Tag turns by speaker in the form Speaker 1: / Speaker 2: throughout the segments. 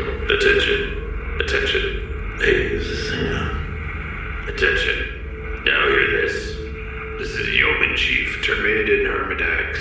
Speaker 1: Attention. Attention. Hey, is this thing on? Attention. Now hear this. This is Yeoman Chief Terminated Hermidax.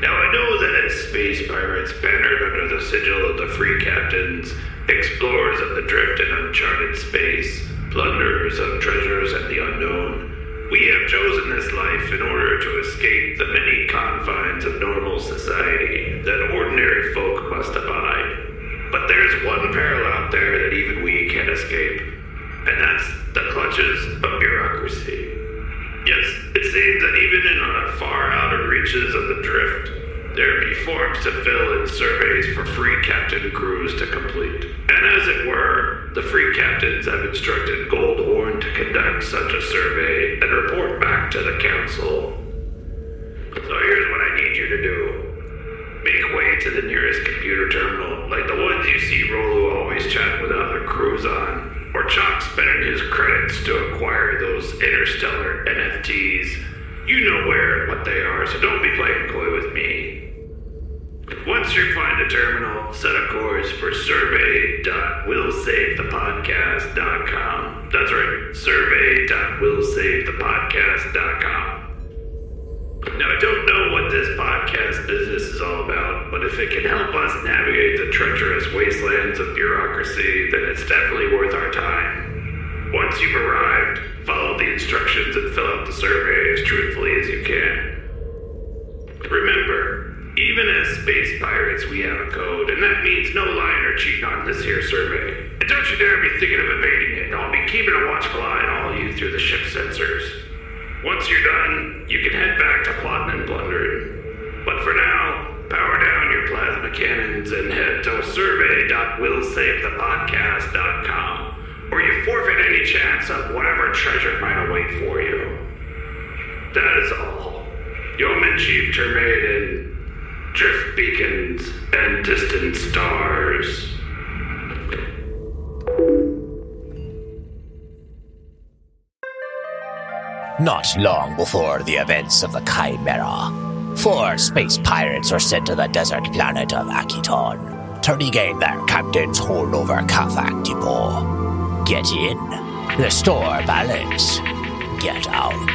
Speaker 1: Now I know that as space pirates bannered under the sigil of the free captains, explorers of the drift and uncharted space, plunderers of treasures and the unknown, we have chosen this life in order to escape the many confines of normal society that ordinary folk must abide. But there's one peril out there that even we can escape, and that's the clutches of bureaucracy. Yes, it seems that even in our far outer reaches of the drift, there be forms to fill and surveys for free captain crews to complete. And as it were, the free captains have instructed Goldhorn to conduct such a survey and report back to the council. So here's what I need you to do. Make way to the nearest computer terminal, like the ones you see Rolo always chat with other crews on, or Chuck spending his credits to acquire those interstellar NFTs. You know where and what they are, so don't be playing coy with me. Once you find a terminal, set a course for survey.willsavethepodcast.com. That's right, survey.willsavethepodcast.com. Now, I don't know what this podcast business is all about, but if it can help us navigate the treacherous wastelands of bureaucracy, then it's definitely worth our time. Once you've arrived, follow the instructions and fill out the survey as truthfully as you can. Remember, even as space pirates, we have a code, and that means no lying or cheating on this here survey. And don't you dare be thinking of evading it. I'll be keeping a watchful eye on all you through the ship sensors. Once you're done, you can head back to plotting and plundering. But for now, power down your plasma cannons and head to survey.willsavethepodcast.com, or you forfeit any chance of whatever treasure might await for you. That is all. Yeoman Chief Termaiden, Drift Beacons, and Distant Stars.
Speaker 2: Not long before the events of the Chimera, four space pirates were sent to the desert planet of Akiton to regain their captain's hold over Kafak Depot. Get in, restore balance, get out.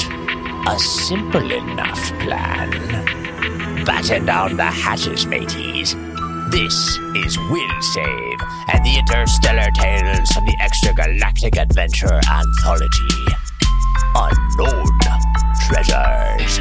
Speaker 2: A simple enough plan. Batten down the hatches, mateys. This is Will Save and the Interstellar Tales from the Extragalactic Adventure Anthology unknown treasures.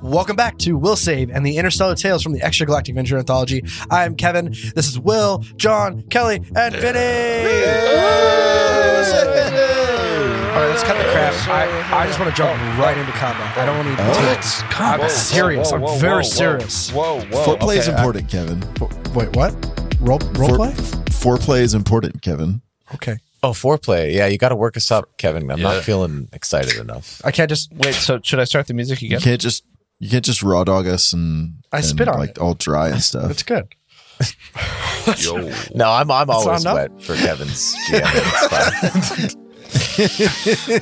Speaker 3: Welcome back to Will Save and the Interstellar Tales from the Extragalactic Venture Anthology. I'm Kevin. This is Will, John, Kelly, and Vinny. All right, let's cut the crap. I, I just want to jump right into combat. I don't want to even take
Speaker 4: Oh. What?
Speaker 3: I'm
Speaker 4: Whoa,
Speaker 3: serious.
Speaker 4: whoa,
Speaker 3: I'm
Speaker 4: whoa,
Speaker 3: very
Speaker 4: whoa, whoa.
Speaker 3: serious.
Speaker 4: Whoa, whoa.
Speaker 5: Oh,
Speaker 6: Foreplay is
Speaker 4: Okay,
Speaker 6: important, Kevin.
Speaker 3: Wait, what? Role, role
Speaker 6: Fore-
Speaker 3: play?
Speaker 6: Foreplay is important, Kevin.
Speaker 3: Okay.
Speaker 5: Oh, foreplay. Yeah, you got to work us up, Kevin. I'm
Speaker 7: Yeah.
Speaker 5: not feeling excited enough.
Speaker 3: I can't just.
Speaker 4: I- wait, so should I start the music
Speaker 6: You
Speaker 4: again?
Speaker 6: can't just you can't just raw dog us and
Speaker 3: I
Speaker 6: and,
Speaker 3: spit on
Speaker 6: like
Speaker 3: it.
Speaker 6: all dry and
Speaker 3: That's
Speaker 6: stuff.
Speaker 3: good.
Speaker 7: Yo.
Speaker 5: No, I'm I'm always
Speaker 3: not
Speaker 5: wet for Kevin's GM. It's fine.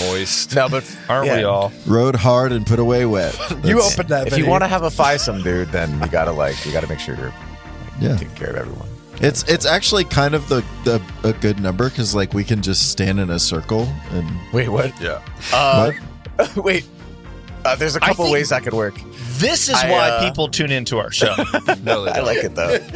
Speaker 7: moist.
Speaker 5: no, but
Speaker 4: Aren't we
Speaker 5: yeah.
Speaker 4: all?
Speaker 6: Rode hard and put away wet.
Speaker 3: You
Speaker 6: That's-
Speaker 3: opened that.
Speaker 5: If you want to have a fivesome, dude, then you gotta like you gotta make sure you're
Speaker 6: yeah.
Speaker 5: taking care of everyone.
Speaker 6: It's it's actually kind of the, the a good number because like we can just stand in a circle and
Speaker 5: Wait, what?
Speaker 7: Yeah.
Speaker 5: Uh, wait. Uh, there's a
Speaker 4: I
Speaker 5: couple
Speaker 4: think-
Speaker 5: ways that could work.
Speaker 4: This is
Speaker 5: I,
Speaker 4: why
Speaker 5: uh,
Speaker 4: people tune into our show.
Speaker 7: No, they
Speaker 5: I
Speaker 7: don't.
Speaker 5: like it though.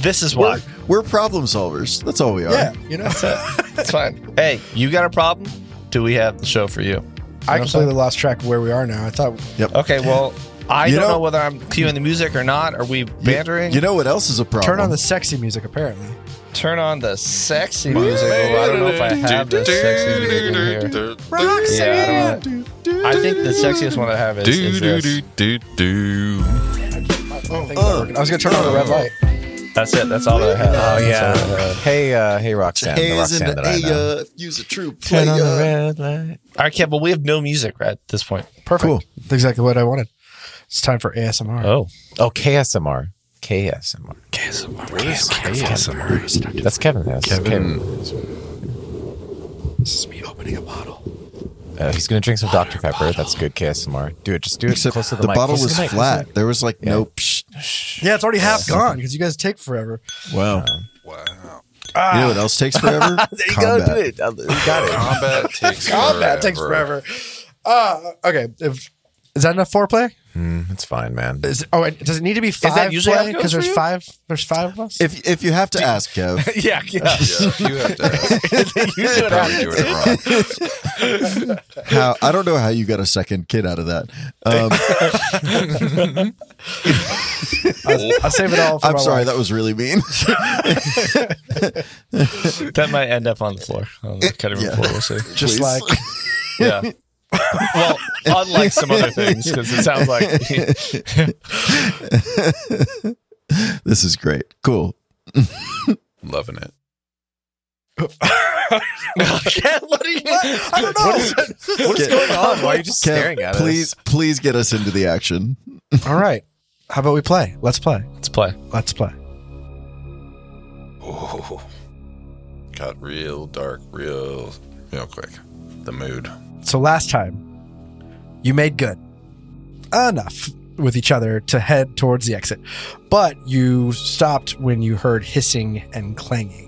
Speaker 4: this is
Speaker 6: we're,
Speaker 4: why.
Speaker 6: we're problem solvers. That's all we are.
Speaker 3: yeah, you know,
Speaker 4: It's fine. Hey, you got a problem? Do we have the show for you?
Speaker 3: I
Speaker 4: know
Speaker 3: completely lost track of where we are now. I thought
Speaker 4: Okay, well, I
Speaker 6: You
Speaker 4: don't know,
Speaker 6: know-
Speaker 4: whether I'm cueing the music or not. Are we
Speaker 6: You-
Speaker 4: bantering?
Speaker 6: You, know what else is a problem?
Speaker 3: turn on the sexy music. Apparently,
Speaker 4: Oh, Turn on the sexy music. Well, I don't know if I have the sexy music in here. Yeah, I, don't know. I think the sexiest one I have is, is
Speaker 7: Do do
Speaker 4: this.
Speaker 7: do do do.
Speaker 4: oh.
Speaker 3: I was gonna turn on the red light.
Speaker 4: That's it. That's all that I have.
Speaker 5: Oh yeah. hey, uh, hey, Roxanne. the
Speaker 6: Hayes
Speaker 5: Roxanne
Speaker 6: and
Speaker 5: that I
Speaker 6: hey,
Speaker 5: know.
Speaker 6: uh, if you's a true
Speaker 4: Turn on the
Speaker 3: uh,
Speaker 6: player.
Speaker 4: red light. All right, Kev, but we have no music at this point. Perfect.
Speaker 3: Cool. That's exactly what I wanted. It's time for ASMR.
Speaker 4: Oh,
Speaker 5: Oh, KSMR. KSMR.
Speaker 7: ASMR.
Speaker 5: That's Kevin. That's Kevin.
Speaker 7: Kevin,
Speaker 3: This is me opening a bottle.
Speaker 5: Uh, he's gonna drink some Dr Pepper. That's good KSMR. Do it. Just do it
Speaker 6: Except
Speaker 5: close to the,
Speaker 6: the
Speaker 5: mic.
Speaker 6: bottle
Speaker 5: Close
Speaker 6: was
Speaker 5: to the mic.
Speaker 6: flat. There was like no. Psh.
Speaker 3: Yeah, it's already half gone because you guys take forever.
Speaker 6: Wow.
Speaker 7: wow.
Speaker 6: Um, You know what else takes forever?
Speaker 5: There you
Speaker 6: Combat.
Speaker 5: go. Do it. Uh, You got
Speaker 7: Combat takes
Speaker 3: Combat Oh, takes forever. Uh, okay. If, is that enough foreplay?
Speaker 5: it. It's fine, man.
Speaker 3: Is it, oh, and does it need to be five?
Speaker 4: that usually how it
Speaker 3: Because
Speaker 4: goes for
Speaker 3: there's
Speaker 4: you?
Speaker 3: five. There's five of us.
Speaker 6: If if you have to ask, Kev.
Speaker 4: yeah, yeah.
Speaker 7: Yeah, you have to you're probably doing it wrong.
Speaker 6: How I don't know how you got a second kid out of that. Um,
Speaker 3: I'll save it all. For
Speaker 6: I'm
Speaker 3: my
Speaker 6: sorry,
Speaker 3: wife.
Speaker 6: that was really mean.
Speaker 4: That might end up on the floor. On the cutting room
Speaker 6: yeah.
Speaker 4: floor, we'll see.
Speaker 3: Just
Speaker 6: Please.
Speaker 3: like
Speaker 4: Yeah. well, unlike some other things, because it sounds like
Speaker 6: this is great. Cool.
Speaker 7: Loving it.
Speaker 4: what are you?
Speaker 3: I don't know.
Speaker 6: What is
Speaker 5: going on? Why are you just
Speaker 6: Kev,
Speaker 5: staring at us?
Speaker 6: please, please get us into the action.
Speaker 3: all right. How about we play? Let's play.
Speaker 4: Let's play.
Speaker 3: Let's play.
Speaker 7: Oh, got real dark, real, real quick. The mood.
Speaker 3: So last time, you made good enough with each other to head towards the exit, but you stopped when you heard hissing and clanging.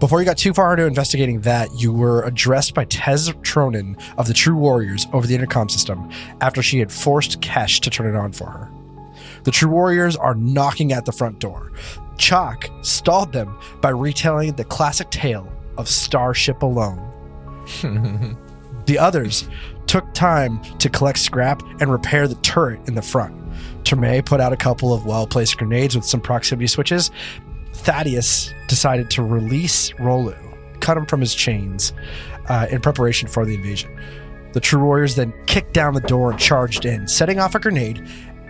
Speaker 3: Before you got too far into investigating that, you were addressed by Tez Tronin of the True Warriors over the intercom system after she had forced Kesh to turn it on for her. The True Warriors are knocking at the front door. Chalk stalled them by retelling the classic tale of Starship Alone. The others took time to collect scrap and repair the turret in the front. Terme put out a couple of well placed grenades with some proximity switches. Thaddeus decided to release Rolu, cut him from his chains uh, in preparation for the invasion. The True Warriors then kicked down the door and charged in, setting off a grenade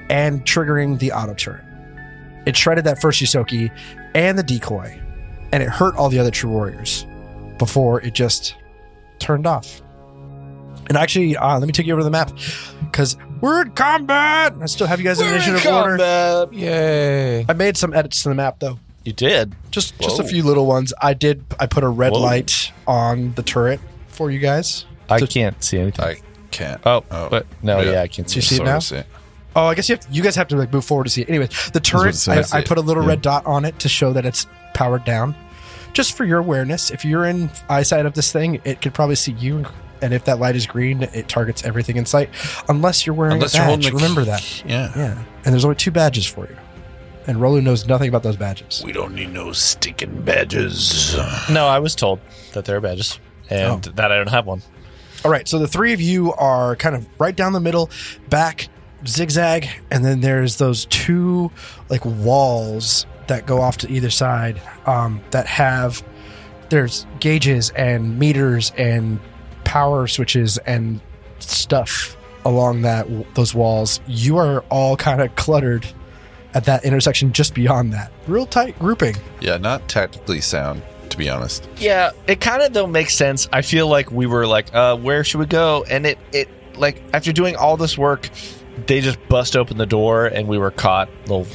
Speaker 3: and triggering the auto turret. It shredded that first Yusoki and the decoy, and it hurt all the other True Warriors before it just turned off. And actually, uh, let me take you over to the map because we're in combat. I still have you guys in initiative order.
Speaker 5: Yay.
Speaker 3: I made some edits to the map though,
Speaker 4: You did.
Speaker 3: just just a few little ones. I did. I put a red light on the turret for you guys.
Speaker 4: I can't see anything.
Speaker 7: I can't.
Speaker 4: Oh, but no, yeah,
Speaker 7: yeah.
Speaker 4: I can
Speaker 3: Do you see
Speaker 4: see.
Speaker 3: it
Speaker 7: Sorta
Speaker 3: now?
Speaker 7: see it.
Speaker 3: Oh, I guess you have to, you guys have to like move forward to see it. Anyways, the
Speaker 6: what it
Speaker 3: turret. I,
Speaker 6: says.
Speaker 3: I put a little red dot on it to show that it's powered down, just for your awareness. If you're in eyesight of this thing, it could probably see you. And if that light is green, it targets everything in sight, unless you're wearing
Speaker 7: Unless
Speaker 3: a
Speaker 7: you're
Speaker 3: badge.
Speaker 7: holding a
Speaker 3: Remember
Speaker 7: key.
Speaker 3: that.
Speaker 7: Yeah.
Speaker 3: Yeah. And there's only two badges for you. And Rolu knows nothing about those badges.
Speaker 7: We don't need no stinking badges.
Speaker 4: No, I was told that there are badges and that I don't have one.
Speaker 3: All right. So the three of you are kind of right down the middle, back, zigzag. And then there's those two like walls that go off to either side um, that have there's gauges and meters and power switches and stuff along that those walls. You are all kind of cluttered at that intersection just beyond that. Real tight grouping.
Speaker 7: Yeah, not tactically sound, to be honest.
Speaker 4: Yeah, it kind of don't make sense. I feel like we were like, uh, where should we go? And it, it like after doing all this work, they just bust open the door and we were caught little,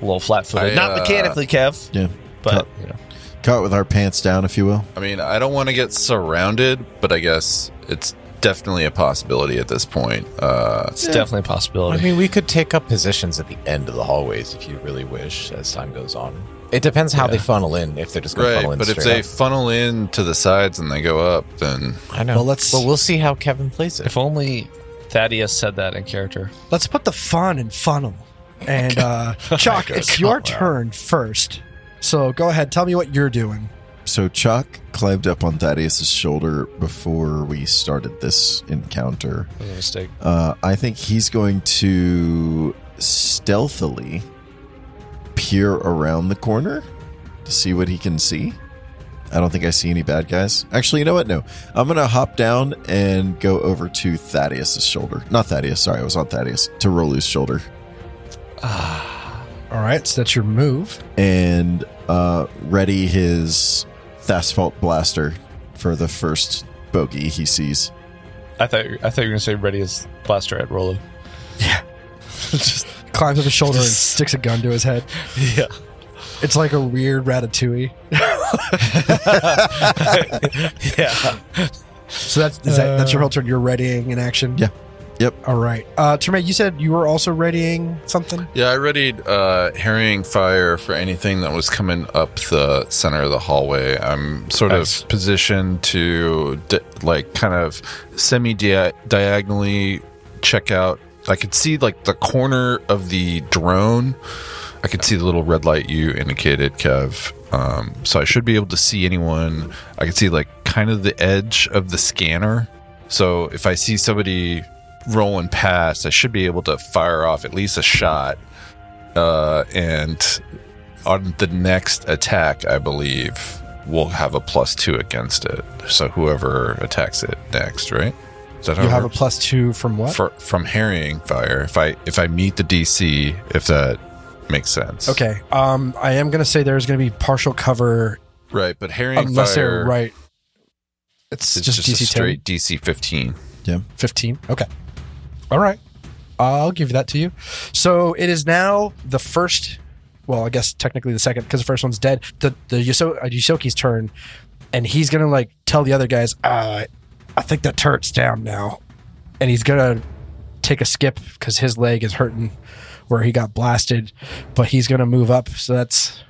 Speaker 4: little flat footed.
Speaker 7: I,
Speaker 4: Not
Speaker 7: uh,
Speaker 4: mechanically, Kev.
Speaker 6: Yeah.
Speaker 4: but you know.
Speaker 6: Caught with our pants down, if you will.
Speaker 7: I mean, I don't want to get surrounded, but I guess it's definitely a possibility at this point. Uh,
Speaker 4: it's definitely a possibility.
Speaker 5: I mean, we could take up positions at the end of the hallways if you really wish as time goes on. It depends how they funnel in. If they're just going to
Speaker 7: right,
Speaker 5: funnel in
Speaker 7: but if
Speaker 5: straight
Speaker 7: they
Speaker 5: up.
Speaker 7: funnel in to the sides and they go up, then
Speaker 5: I know.
Speaker 3: Well, let's-
Speaker 5: But we'll see how Kevin plays it.
Speaker 4: if only Thaddeus said that in character.
Speaker 3: Let's put the fun in funnel. And uh Chalk, it's your turn first. So go ahead, tell me what you're doing.
Speaker 6: So Chuck climbed up on Thaddeus's shoulder before we started this encounter.
Speaker 4: That was a mistake.
Speaker 6: Uh, I think he's going to stealthily peer around the corner to see what he can see. I don't think I see any bad guys. Actually, you know what? No. I'm going to hop down and go over to Thaddeus's shoulder. Not Thaddeus. Sorry, I was on Thaddeus. To Rolu's shoulder.
Speaker 3: All right, so that's your move.
Speaker 6: and uh, ready his Thasphalt blaster for the first bogey he sees.
Speaker 4: I thought I thought you were gonna say ready as blaster at Rolo.
Speaker 3: Climbs up his shoulder and sticks a gun to his head.
Speaker 4: Yeah.
Speaker 3: It's like a weird ratatouille.
Speaker 4: Yeah.
Speaker 3: So that's is that,
Speaker 7: Uh,
Speaker 3: that's your whole turn. You're readying an action.
Speaker 6: Yeah. Yep.
Speaker 3: All right. Uh, Tremaine, you said you were also readying something.
Speaker 7: Yeah, I readied uh, harrying fire for anything that was coming up the center of the hallway. I'm sort
Speaker 4: Nice.
Speaker 7: of positioned to di- like kind of semi diagonally check out. I could see like the corner of the drone. I could see the little red light you indicated, Kev. Um, so I should be able to see anyone. I could see like kind of the edge of the scanner. So if I see somebody rolling past, I should be able to fire off at least a shot. Uh, and on the next attack, I believe we'll have a plus two against it. So whoever attacks it next, right? Is that how
Speaker 3: You
Speaker 7: it
Speaker 3: have a
Speaker 7: works?
Speaker 3: plus two from what?
Speaker 7: Fr- from harrying fire. If I if I meet the DC, if that makes sense.
Speaker 3: okay. Um, I am gonna say there's gonna be partial cover
Speaker 7: Right, but harrying
Speaker 3: unless
Speaker 7: fire
Speaker 3: they're right. It's,
Speaker 7: is
Speaker 3: just,
Speaker 7: just, a
Speaker 3: DC 10,
Speaker 7: straight DC fifteen.
Speaker 3: 15. Okay. All right. I'll give that to you. So it is now the first. Well, I guess technically the second because the first one's dead. The the Yuso, uh, Yusoki's turn, and he's gonna like tell the other guys, uh, "I think that turret's down now," and he's gonna take a skip because his leg is hurting where he got blasted, but he's gonna move up. So that's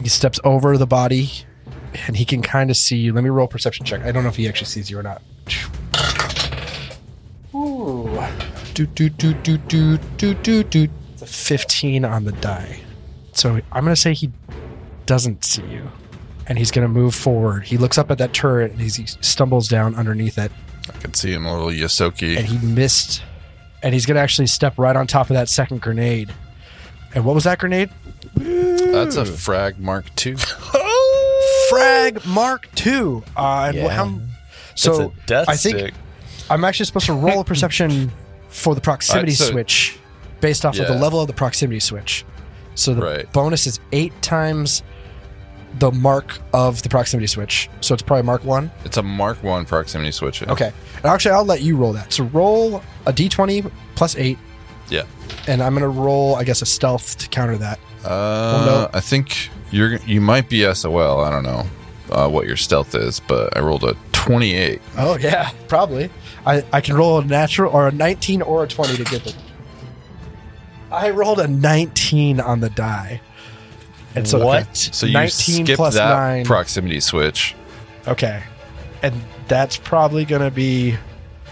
Speaker 3: he steps over the body, and he can kind of see you. Let me roll a perception check. I don't know if he actually sees you or not. Ooh. Do, do, do, do, do, do, do, do. It's a 15 on the die. So I'm going to say he doesn't see you. And he's going to move forward. He looks up at that turret and he's, he stumbles down underneath it.
Speaker 7: I can see him a little
Speaker 3: And
Speaker 7: Yosoki.
Speaker 3: he missed. And he's going to actually step right on top of that second grenade. And what was that grenade?
Speaker 7: That's a frag mark two.
Speaker 3: Frag Mark II. Uh, and wh- how, so
Speaker 4: it's a death
Speaker 3: I think
Speaker 4: stick.
Speaker 3: I'm actually supposed to roll a perception for the proximity
Speaker 7: Alright, so-
Speaker 3: switch based off of the
Speaker 7: Yeah.
Speaker 3: level of the proximity switch. So the
Speaker 7: Right.
Speaker 3: bonus is eight times the mark of the proximity switch. So it's probably mark one.
Speaker 7: It's a mark one proximity switch.
Speaker 3: Okay. And actually, I'll let you roll that. So roll a d20 plus eight,
Speaker 7: Yeah.
Speaker 3: and I'm going to roll, I guess, a stealth to counter that.
Speaker 7: Uh,
Speaker 3: Well,
Speaker 7: I think you're you might be SOL. I don't know uh, what your stealth is, but I rolled a twenty-eight.
Speaker 3: Oh, yeah, probably. I, I can roll a natural or a 19 or a 20 to get it. I rolled a 19 on the die. And so,
Speaker 4: What?
Speaker 7: So you
Speaker 3: 19
Speaker 7: skip
Speaker 3: plus
Speaker 7: that
Speaker 3: nine.
Speaker 7: proximity switch.
Speaker 3: Okay. And that's probably going to be.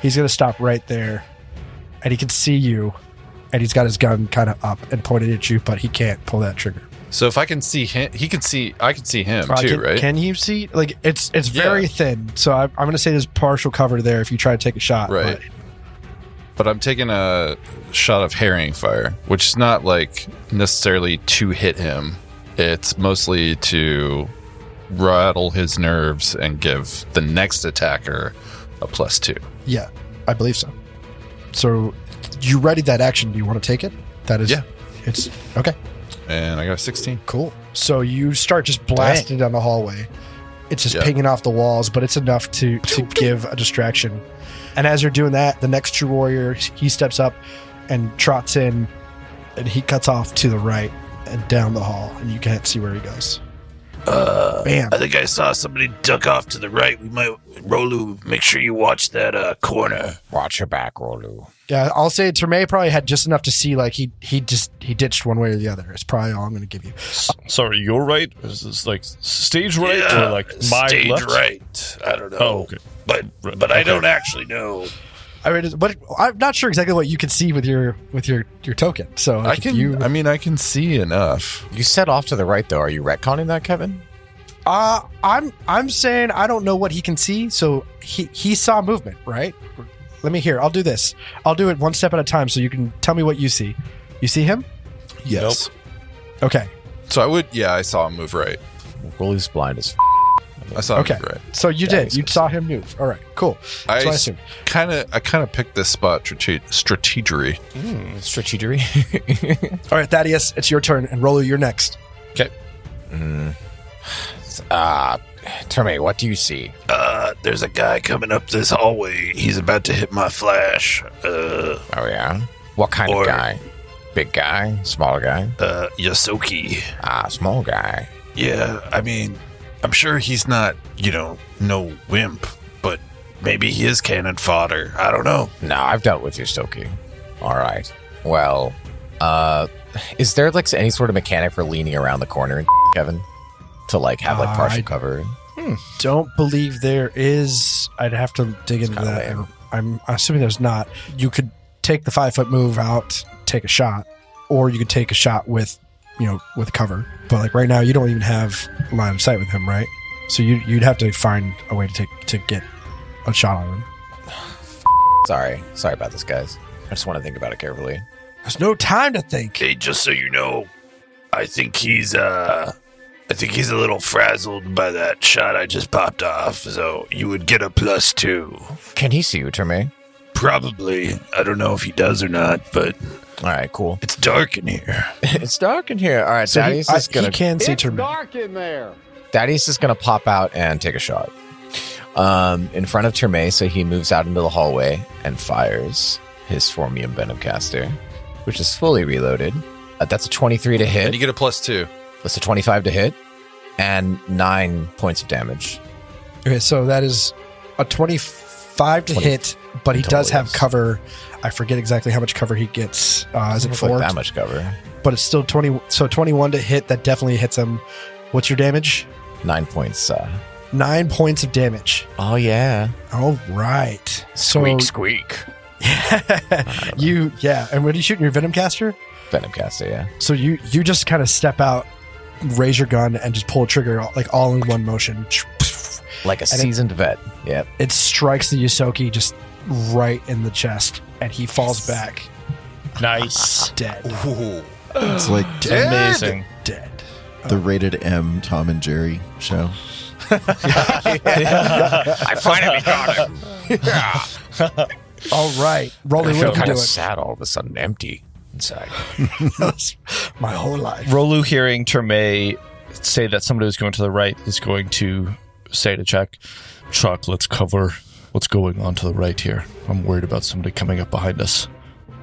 Speaker 3: He's going to stop right there. And he can see you. And he's got his gun kind of up and pointed at you, but he can't pull that trigger.
Speaker 7: So if I can see him, he can see. I can see him
Speaker 3: Uh,
Speaker 7: too,
Speaker 3: can,
Speaker 7: right?
Speaker 3: Can you see? Like, it's it's
Speaker 7: Yeah.
Speaker 3: very thin. So I, I'm going to say there's partial cover there if you try to take a shot.
Speaker 7: Right. but I'm taking a shot of herring fire, which is not like necessarily to hit him. It's mostly to rattle his nerves and give the next attacker a plus two.
Speaker 3: But yeah, I believe so. So you readied that action. Do you want to take it? That is.
Speaker 7: Yeah.
Speaker 3: It's okay.
Speaker 7: And I got a 16.
Speaker 3: Cool. So you start just blasting down the hallway. It's just
Speaker 7: Yeah.
Speaker 3: pinging off the walls, but it's enough to to give a distraction. And as you're doing that, the next true warrior he steps up and trots in, and he cuts off to the right and down the hall, and you can't see where he goes. Uh, Bam!
Speaker 2: I think I saw somebody duck off to the right. We might, Rolu, make sure you watch that uh, corner.
Speaker 5: Watch your back, Rolu.
Speaker 3: Yeah, I'll say Terme probably had just enough to see like he he just he ditched one way or the other. It's probably all I'm going to give you.
Speaker 4: Sorry, you're right. Is this like stage right or like my
Speaker 2: stage
Speaker 4: left?
Speaker 2: right. I don't know.
Speaker 4: Oh, okay.
Speaker 2: But
Speaker 4: Right,
Speaker 2: but I
Speaker 4: okay.
Speaker 2: don't actually know.
Speaker 3: I mean, it's- but I'm not sure exactly what you can see with your with your your token. So
Speaker 7: I
Speaker 3: if
Speaker 7: can.
Speaker 3: You,
Speaker 7: I mean, I can see enough.
Speaker 5: You said off to the right, though. Are you retconning that, Kevin?
Speaker 3: Uh, I'm I'm saying I don't know what he can see. So he he saw movement, right? Let me hear. I'll do this. I'll do it one step at a time, so you can tell me what you see. You see him?
Speaker 7: Yes.
Speaker 3: Okay.
Speaker 7: So I would. Yeah, I saw him move right.
Speaker 5: Rolu's blind as f-
Speaker 7: I saw
Speaker 3: Okay.
Speaker 7: him right.
Speaker 3: So you
Speaker 5: That
Speaker 3: did.
Speaker 5: makes
Speaker 3: You
Speaker 5: good
Speaker 3: saw him move. All right. Cool. That's what I
Speaker 7: I
Speaker 3: assumed.
Speaker 7: kind of I kind of picked this spot strate- strategery.
Speaker 5: Strategery.
Speaker 3: All right, Thaddeus, it's your turn, and Rolo, you're next.
Speaker 4: Okay.
Speaker 5: Ah, Terme, what do you see?
Speaker 1: Uh, there's a guy coming up this hallway. He's about to hit my flash. Uh,
Speaker 5: Oh yeah. What kind
Speaker 1: Or-
Speaker 5: of guy? Big guy? Smaller guy?
Speaker 1: uh, Yosoki.
Speaker 5: Ah, small guy.
Speaker 1: Yeah, I mean, I'm sure he's not, you know, no wimp, but maybe he is cannon fodder. I don't know.
Speaker 5: No, I've dealt with you, Stokie. All right. Well, uh, is there like any sort of mechanic for leaning around the corner, and Kevin, to like have like
Speaker 3: Uh,
Speaker 5: partial
Speaker 3: I-
Speaker 5: cover?
Speaker 3: Don't believe there is. I'd have to dig into
Speaker 5: kinda
Speaker 3: that. and I'm assuming there's not. You could take the five foot move out, take a shot, or you could take a shot with, you know, with cover. But like right now, you don't even have line of sight with him, right? So you, you'd have to find a way to take to get a shot on him.
Speaker 5: Sorry, sorry about this, guys. I just want to think about it carefully.
Speaker 3: There's no time to think.
Speaker 1: Okay, just so you know, I think he's, uh, I think he's a little frazzled by that shot I just popped off, so you would get a plus two.
Speaker 5: Can he see you, Terme?
Speaker 1: Probably. I don't know if he does or not, but
Speaker 5: All right, cool.
Speaker 1: it's dark in here.
Speaker 5: it's dark in here. All right,
Speaker 3: So he,
Speaker 5: Thaddeus
Speaker 3: I,
Speaker 5: is gonna
Speaker 3: he can see
Speaker 8: It's
Speaker 3: Termin.
Speaker 8: dark in there.
Speaker 5: Thaddeus is going to pop out and take a shot um, in front of Terme. So he moves out into the hallway and fires his Formium Venom Caster, which is fully reloaded. Uh, that's a 23 to
Speaker 7: And you
Speaker 5: hit.
Speaker 7: get a plus 2.
Speaker 5: That's a 25 to hit. And nine points of damage.
Speaker 3: Okay, so that is a 25 to
Speaker 5: 20
Speaker 3: hit, but he
Speaker 5: total,
Speaker 3: does have
Speaker 5: yes.
Speaker 3: cover. I forget exactly how much cover he gets. Uh, is it
Speaker 5: Doesn't look
Speaker 3: four?
Speaker 5: like that much cover.
Speaker 3: But it's still 20. So 21 to hit, that definitely hits him. What's your damage?
Speaker 5: Nine points. Uh,
Speaker 3: Nine points of damage.
Speaker 5: oh, yeah.
Speaker 3: All right. So
Speaker 5: squeak.
Speaker 3: you, yeah. And when you shooting your Venom Caster,
Speaker 5: Venom Caster, yeah.
Speaker 3: so you you just kind of step out, raise your gun, and just pull a trigger like all in one motion.
Speaker 5: Like a
Speaker 3: And it-
Speaker 5: seasoned vet. Yep.
Speaker 3: It strikes the Yosoki just right in the chest, and he falls back
Speaker 4: Nice.
Speaker 3: dead.
Speaker 6: It's like
Speaker 4: Amazing.
Speaker 3: Dead.
Speaker 6: the rated M Tom and Jerry show.
Speaker 5: I finally got him.
Speaker 3: All right, Rolly,
Speaker 5: I feel
Speaker 3: what are
Speaker 5: kind
Speaker 3: you
Speaker 5: of
Speaker 3: doing?
Speaker 5: sad all of a sudden, empty inside.
Speaker 3: My whole life.
Speaker 4: Rolu hearing Terme say that somebody was going to the right is going to say to Chuck, Chuck, let's cover what's going on to the right here. I'm worried about somebody coming up behind us.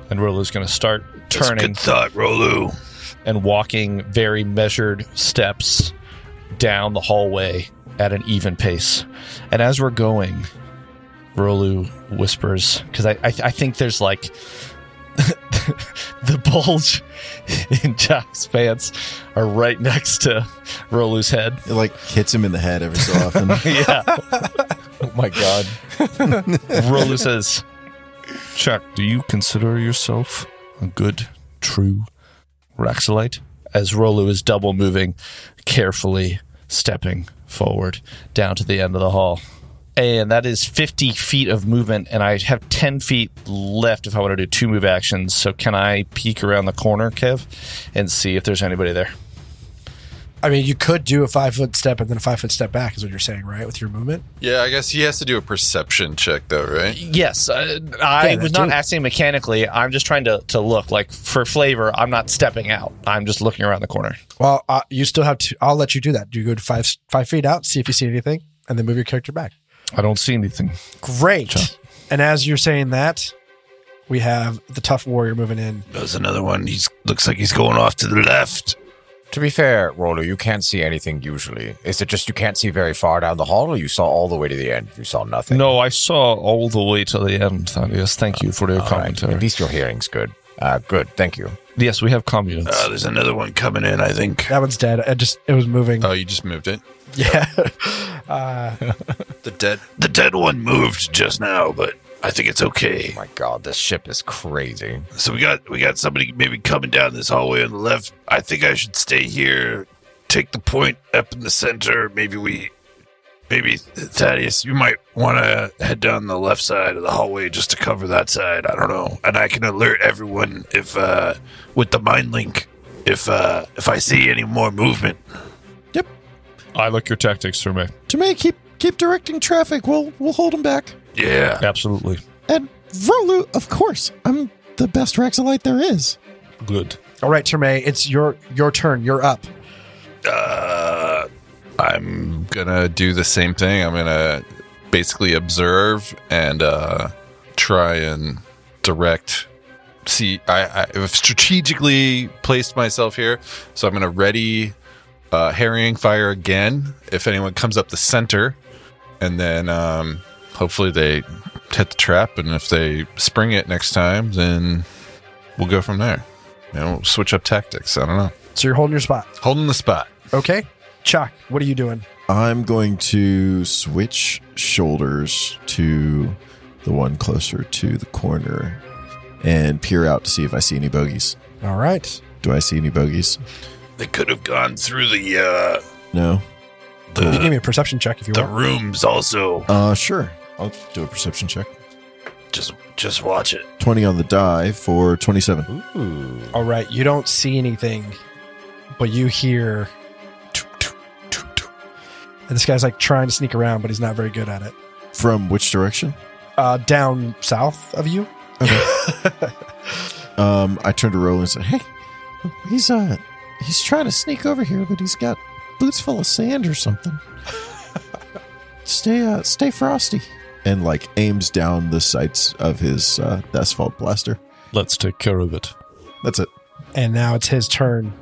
Speaker 4: And Rolu's going to start turning
Speaker 1: Good thought, Rolu.
Speaker 4: and walking very measured steps down the hallway at an even pace. And as we're going, Rolu whispers, because I, I, I think there's like the bulge in Jack's pants are right next to Rolu's head.
Speaker 6: It like hits him in the head every so often.
Speaker 4: Yeah.
Speaker 5: oh, my God.
Speaker 4: Rolu says, Chuck, do you consider yourself a good, true Raxolite? As Rolu is double moving, carefully stepping forward down to the end of the hall. And that is 50 feet of movement, and I have 10 feet left if I want to do two move actions. So, can I peek around the corner, Kev, and see if there's anybody there?
Speaker 3: I mean, you could do a five foot step and then a five foot step back, is what you're saying, right? With your movement.
Speaker 7: Yeah, I guess he has to do a perception check though, right?
Speaker 4: Yes, uh, I
Speaker 3: Yeah,
Speaker 4: was
Speaker 3: that
Speaker 4: not
Speaker 3: too.
Speaker 4: asking mechanically. I'm just trying to, to look like for flavor. I'm not stepping out. I'm just looking around the corner.
Speaker 3: Well, uh, you still have to. I'll let you do that. You go to five five feet out, see if you see anything, and then move your character back.
Speaker 4: I don't see anything.
Speaker 3: Great. And as you're saying that, we have the tough warrior moving in.
Speaker 1: There's another one. He's looks like he's going off to the left.
Speaker 5: To be fair, Rolo, you can't see anything usually. Is it just you can't see very far down the hall, or you saw all the way to the end? You saw nothing.
Speaker 4: No, I saw all the way to the end. Yes, thank you for your
Speaker 5: All right.
Speaker 4: commentary.
Speaker 5: At least your hearing's good. Uh, good. Thank you.
Speaker 4: Yes, we have communes.
Speaker 1: Uh, there's another one coming in, I think.
Speaker 3: That one's dead. It just it was moving.
Speaker 7: Oh, you just moved it.
Speaker 3: yeah. Uh,
Speaker 7: The dead
Speaker 1: The dead one moved just now, but I think it's okay.
Speaker 5: My God, this ship is crazy.
Speaker 1: So we got we got somebody maybe coming down this hallway on the left. I think I should stay here. Take the point up in the center. Maybe we maybe Thaddeus, you might want to head down the left side of the hallway just to cover that side. I don't know. And I can alert everyone if uh with the mind link if uh if I see any more movement.
Speaker 4: I like your tactics, Terme.
Speaker 6: Jermaine, keep keep directing traffic. We'll we'll hold him back.
Speaker 7: Yeah.
Speaker 4: Absolutely.
Speaker 6: And Rolu, of course, I'm the best Raxolite there is.
Speaker 4: Good.
Speaker 3: All right, Terme, it's your your turn. You're up.
Speaker 7: Uh, I'm gonna do the same thing. I'm gonna basically observe and uh, try and direct. See, I, I have strategically placed myself here, so I'm gonna ready uh, harrying fire again if anyone comes up the center, and then um, hopefully they hit the trap. And if they spring it next time, then we'll go from there. You know, switch up tactics. I don't know.
Speaker 3: So you're holding your spot.
Speaker 7: Holding the spot.
Speaker 3: Okay. Chuck, what are you doing?
Speaker 6: I'm going to switch shoulders to the one closer to the corner and peer out to see if I see any bogeys.
Speaker 3: All right.
Speaker 6: Do I see any bogeys?
Speaker 1: They could have gone through the uh
Speaker 6: No.
Speaker 3: you can give me a perception check if you
Speaker 1: the
Speaker 3: want.
Speaker 1: rooms also.
Speaker 6: Uh, sure. I'll do a perception check.
Speaker 1: Just just watch it.
Speaker 6: 20 on the die for 27.
Speaker 3: All right. You don't see anything, but you hear. And this guy's like trying to sneak around, but he's not very good at it.
Speaker 6: From which direction?
Speaker 3: Uh, down south of you,
Speaker 6: Um, I turned to Roland and said, "Hey, he's uh, he's trying to sneak over here, but he's got boots full of sand or something. stay, uh, stay frosty." And like aims down the sights of his uh, asphalt blaster.
Speaker 4: Let's take care of it.
Speaker 6: That's it.
Speaker 3: and now it's his turn.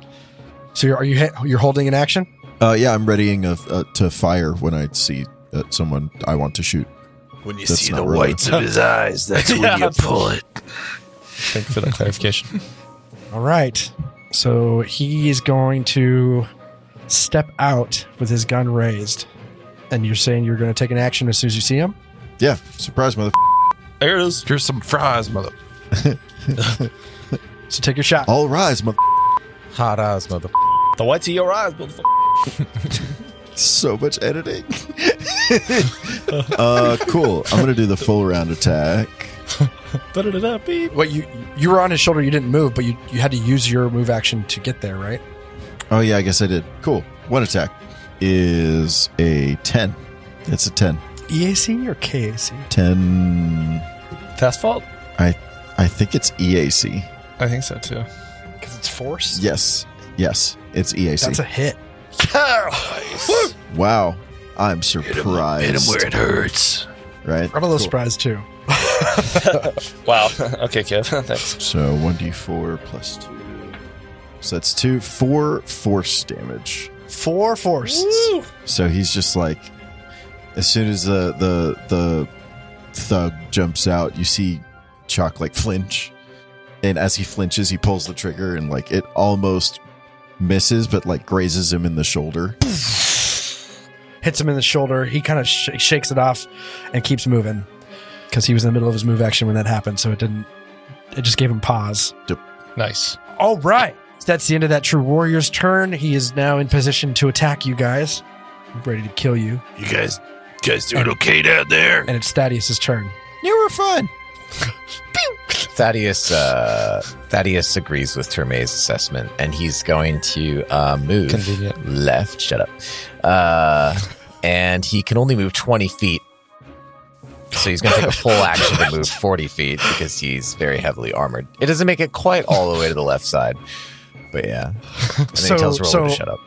Speaker 3: So you're, are you hit, you're holding an action?
Speaker 6: Uh, yeah, I'm readying a, uh to fire when I see uh, someone I want to shoot.
Speaker 1: When you
Speaker 6: That's
Speaker 1: see
Speaker 6: not
Speaker 1: the
Speaker 6: really-
Speaker 1: whites of his eyes, that's when you pull it.
Speaker 4: Thank you for that clarification.
Speaker 3: All right. So he is going to step out with his gun raised. And you're saying you're going to take an action as soon as you see him?
Speaker 6: Yeah, surprise, mother.
Speaker 4: There it is.
Speaker 7: Here's some fries, mother.
Speaker 3: So take your shot.
Speaker 6: All rise, mother.
Speaker 5: Hot eyes, motherfucker.
Speaker 4: The whites of your eyes, motherfucker.
Speaker 6: So much editing. uh, cool. I'm gonna do the full round attack.
Speaker 4: Da-da-da-da, beep.
Speaker 3: What you you were on his shoulder, you didn't move, but you, you had to use your move action to get there, right?
Speaker 6: Oh yeah, I guess I did. Cool. One attack is a ten. It's a ten.
Speaker 3: EAC E or KAC?
Speaker 6: Ten.
Speaker 4: Fast fault?
Speaker 6: I I think it's E EAC.
Speaker 4: I think so too.
Speaker 3: Because it's
Speaker 1: E
Speaker 3: force.
Speaker 6: Yes. Yes. It's E EAC.
Speaker 3: That's a hit.
Speaker 6: wow. I'm
Speaker 1: Hit him, hit him
Speaker 6: surprised.
Speaker 1: where it hurts.
Speaker 6: Right.
Speaker 3: I'm a little
Speaker 6: Cool.
Speaker 3: surprised too.
Speaker 4: Wow. okay, Kev. Thanks.
Speaker 6: So one d four plus two. So that's two four force damage.
Speaker 3: Four force.
Speaker 6: So he's just like, as soon as the the the thug jumps out, you see Chalk like flinch, and as he flinches, he pulls the trigger and like it almost misses, but like grazes him in the shoulder.
Speaker 3: Hits him in the shoulder. He kind of sh- shakes it off and keeps moving because he was in the middle of his move action when that happened. So it didn't, it just gave him pause.
Speaker 4: Nice.
Speaker 3: All right. That's the end of that true warrior's turn. He is now in position to attack you guys. Ready to kill you.
Speaker 1: You guys you guys doing okay down there?
Speaker 3: And it's Thaddeus' turn.
Speaker 6: You were fun.
Speaker 5: Thaddeus, uh, Thaddeus agrees with Terme's assessment, and he's going to uh, move
Speaker 4: Convenient.
Speaker 5: left. Shut up. Uh, and he can only move twenty feet, so he's going to take a full action to move forty feet because he's very heavily armored. It doesn't make it quite all the way to the left side, but yeah. And then
Speaker 3: So-
Speaker 5: he tells Roller
Speaker 3: so-
Speaker 5: to shut up.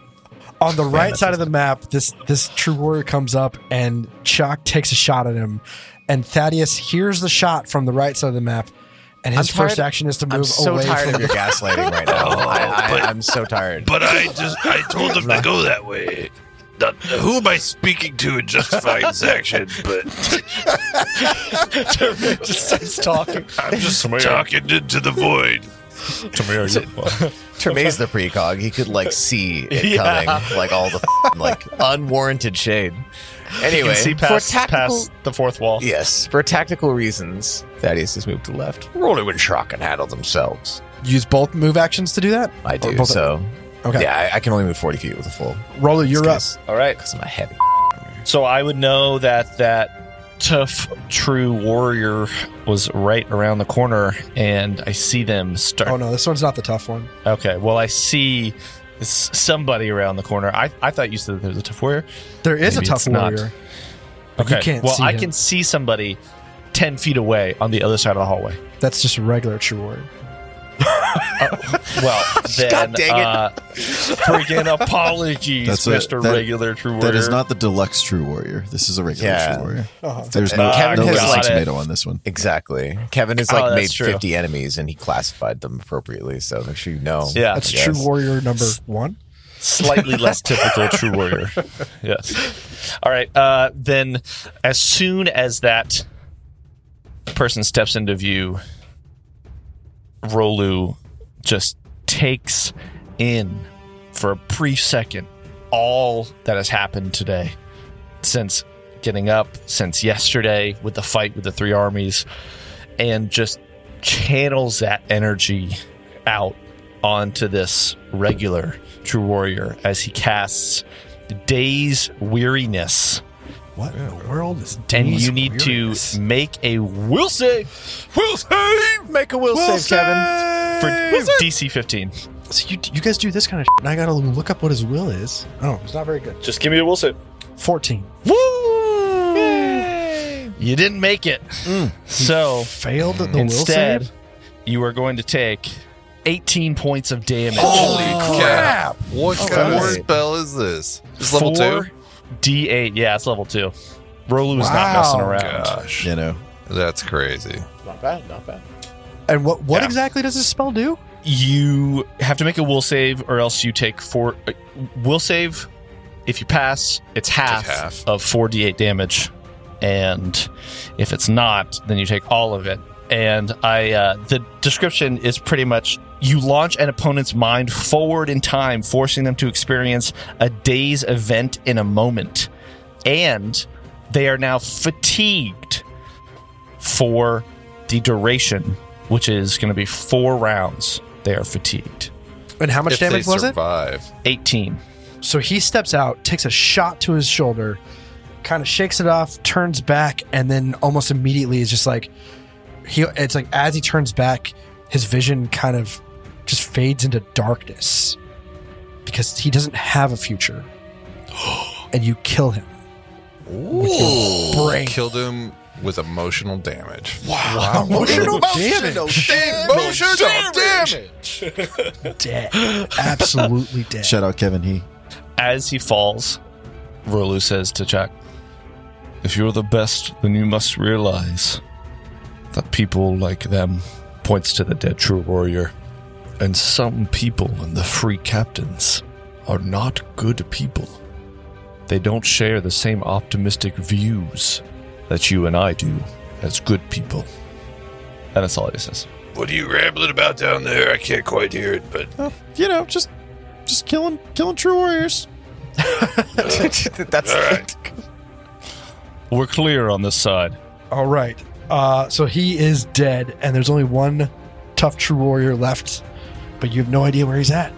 Speaker 3: On the right
Speaker 5: that's
Speaker 3: side of the map, this this true warrior comes up and Chuck takes a shot at him. And Thaddeus hears the shot from the right side of the map. And his
Speaker 5: I'm
Speaker 3: first
Speaker 5: tired-
Speaker 3: action is to move
Speaker 5: I'm so
Speaker 3: away
Speaker 5: tired
Speaker 3: from
Speaker 5: of your gaslighting right now. I, I, I'm so
Speaker 1: Oh,
Speaker 5: tired.
Speaker 1: But I just I told him to go that way. Not- who am I speaking to in justifying this action? But
Speaker 4: Just starts talking.
Speaker 1: I'm just talking into the void.
Speaker 5: Terme's the precog. He could like see it
Speaker 4: Yeah.
Speaker 5: coming, like all the f- like unwarranted shade. Anyway,
Speaker 4: see past, past the fourth wall.
Speaker 5: yes, for tactical reasons, Thaddeus has moved to left. Roller and Shrock and handle themselves.
Speaker 3: Use both move actions to do that?
Speaker 5: I
Speaker 3: Or
Speaker 5: do
Speaker 3: both-
Speaker 5: so.
Speaker 3: Okay.
Speaker 5: Yeah, I, I can only move forty feet with a full.
Speaker 3: Roller, you're up.
Speaker 4: All right.
Speaker 5: because I'm a heavy.
Speaker 4: So I would know that that tough, true warrior was right around the corner, and I see them start.
Speaker 3: Oh no, this one's not the tough one.
Speaker 4: Okay, well, I see It's somebody around the corner. I, I thought you said that there was a tough warrior.
Speaker 3: There is
Speaker 4: Maybe
Speaker 3: a tough
Speaker 4: it's not.
Speaker 3: warrior. But you can't
Speaker 4: well,
Speaker 3: see
Speaker 4: I
Speaker 3: him.
Speaker 4: can see somebody 10 feet away on the other side of the hallway.
Speaker 3: That's just a regular true warrior.
Speaker 4: Well, then,
Speaker 5: God dang it.
Speaker 4: Uh, freaking apologies,
Speaker 6: That's a-
Speaker 4: Mr.
Speaker 6: that-
Speaker 4: Regular True Warrior.
Speaker 6: That is not the deluxe True Warrior. This is a regular
Speaker 5: Yeah.
Speaker 6: True Warrior.
Speaker 3: Uh-huh.
Speaker 6: There's no,
Speaker 4: Uh,
Speaker 6: Kevin
Speaker 5: Kevin
Speaker 6: no
Speaker 5: has
Speaker 6: lettuce and
Speaker 4: got it.
Speaker 6: tomato on this one.
Speaker 5: Exactly. Kevin has
Speaker 4: Oh,
Speaker 5: like
Speaker 4: that's
Speaker 5: made
Speaker 4: true.
Speaker 5: 50 enemies and he classified them appropriately. So make sure you know.
Speaker 4: Yeah.
Speaker 3: That's
Speaker 5: Yes.
Speaker 3: true warrior number one.
Speaker 4: slightly less typical true warrior yes all right uh, then as soon as that person steps into view rolu just takes in for a brief second all that has happened today since getting up since yesterday with the fight with the three armies and just channels that energy out onto this regular true warrior as he casts day's weariness
Speaker 3: What in the world is
Speaker 4: and you need to make a will save will save
Speaker 5: Make a will, save, Kevin.
Speaker 4: for dc 15
Speaker 3: So you, you guys do this kind of shit, and I gotta look up what his will is. Oh, it's not very good.
Speaker 4: just give me a will save
Speaker 3: 14.
Speaker 4: Woo! you didn't make it so
Speaker 3: Failed the
Speaker 5: Mm.
Speaker 3: will
Speaker 4: instead
Speaker 3: save?
Speaker 4: you are going to take 18 points of damage
Speaker 7: Oh, Holy crap! What kind of spell is this? It's level
Speaker 4: Four
Speaker 7: two.
Speaker 4: d8 yeah it's level 2 Rolu's
Speaker 3: Wow.
Speaker 4: not messing around
Speaker 7: Gosh,
Speaker 6: You know,
Speaker 7: that's crazy.
Speaker 5: Not bad, not bad.
Speaker 3: And what, what
Speaker 4: Yeah.
Speaker 3: exactly does this spell do?
Speaker 4: you have to make a will save or else you take four uh, will save if you pass it's half,
Speaker 7: half.
Speaker 4: of 4d8 damage and if it's not then you take all of it and i uh, the description is pretty much you launch an opponent's mind forward in time forcing them to experience a day's event in a moment and they are now fatigued for the duration, which is going to be four rounds. They are fatigued.
Speaker 3: And how much
Speaker 7: If they
Speaker 3: damage was it?
Speaker 7: survive,
Speaker 4: 18.
Speaker 3: So he steps out, takes a shot to his shoulder, kind of shakes it off, turns back, and then almost immediately is just like he. It's like as he turns back, his vision kind of just fades into darkness because he doesn't have a future, and you kill him. With your brain.
Speaker 7: killed him with emotional damage.
Speaker 3: Emotional damage.
Speaker 7: Emotional damage.
Speaker 3: Dead. Absolutely dead.
Speaker 6: shout out Kevin He.
Speaker 4: As he falls, Rolu says to Chuck, If you're the best, then you must realize that people like them points to the dead true warrior. And some people and the free captains are not good people. They don't share the same optimistic views that you and I do as good people. And that's all he says.
Speaker 1: What are you rambling about down there? I can't quite hear it, but
Speaker 6: You know, just just killing killing True Warriors.
Speaker 5: That's
Speaker 4: We're clear on this side.
Speaker 3: All right. Uh, so he is dead, and there's only one tough true warrior left, but you have no idea where he's at.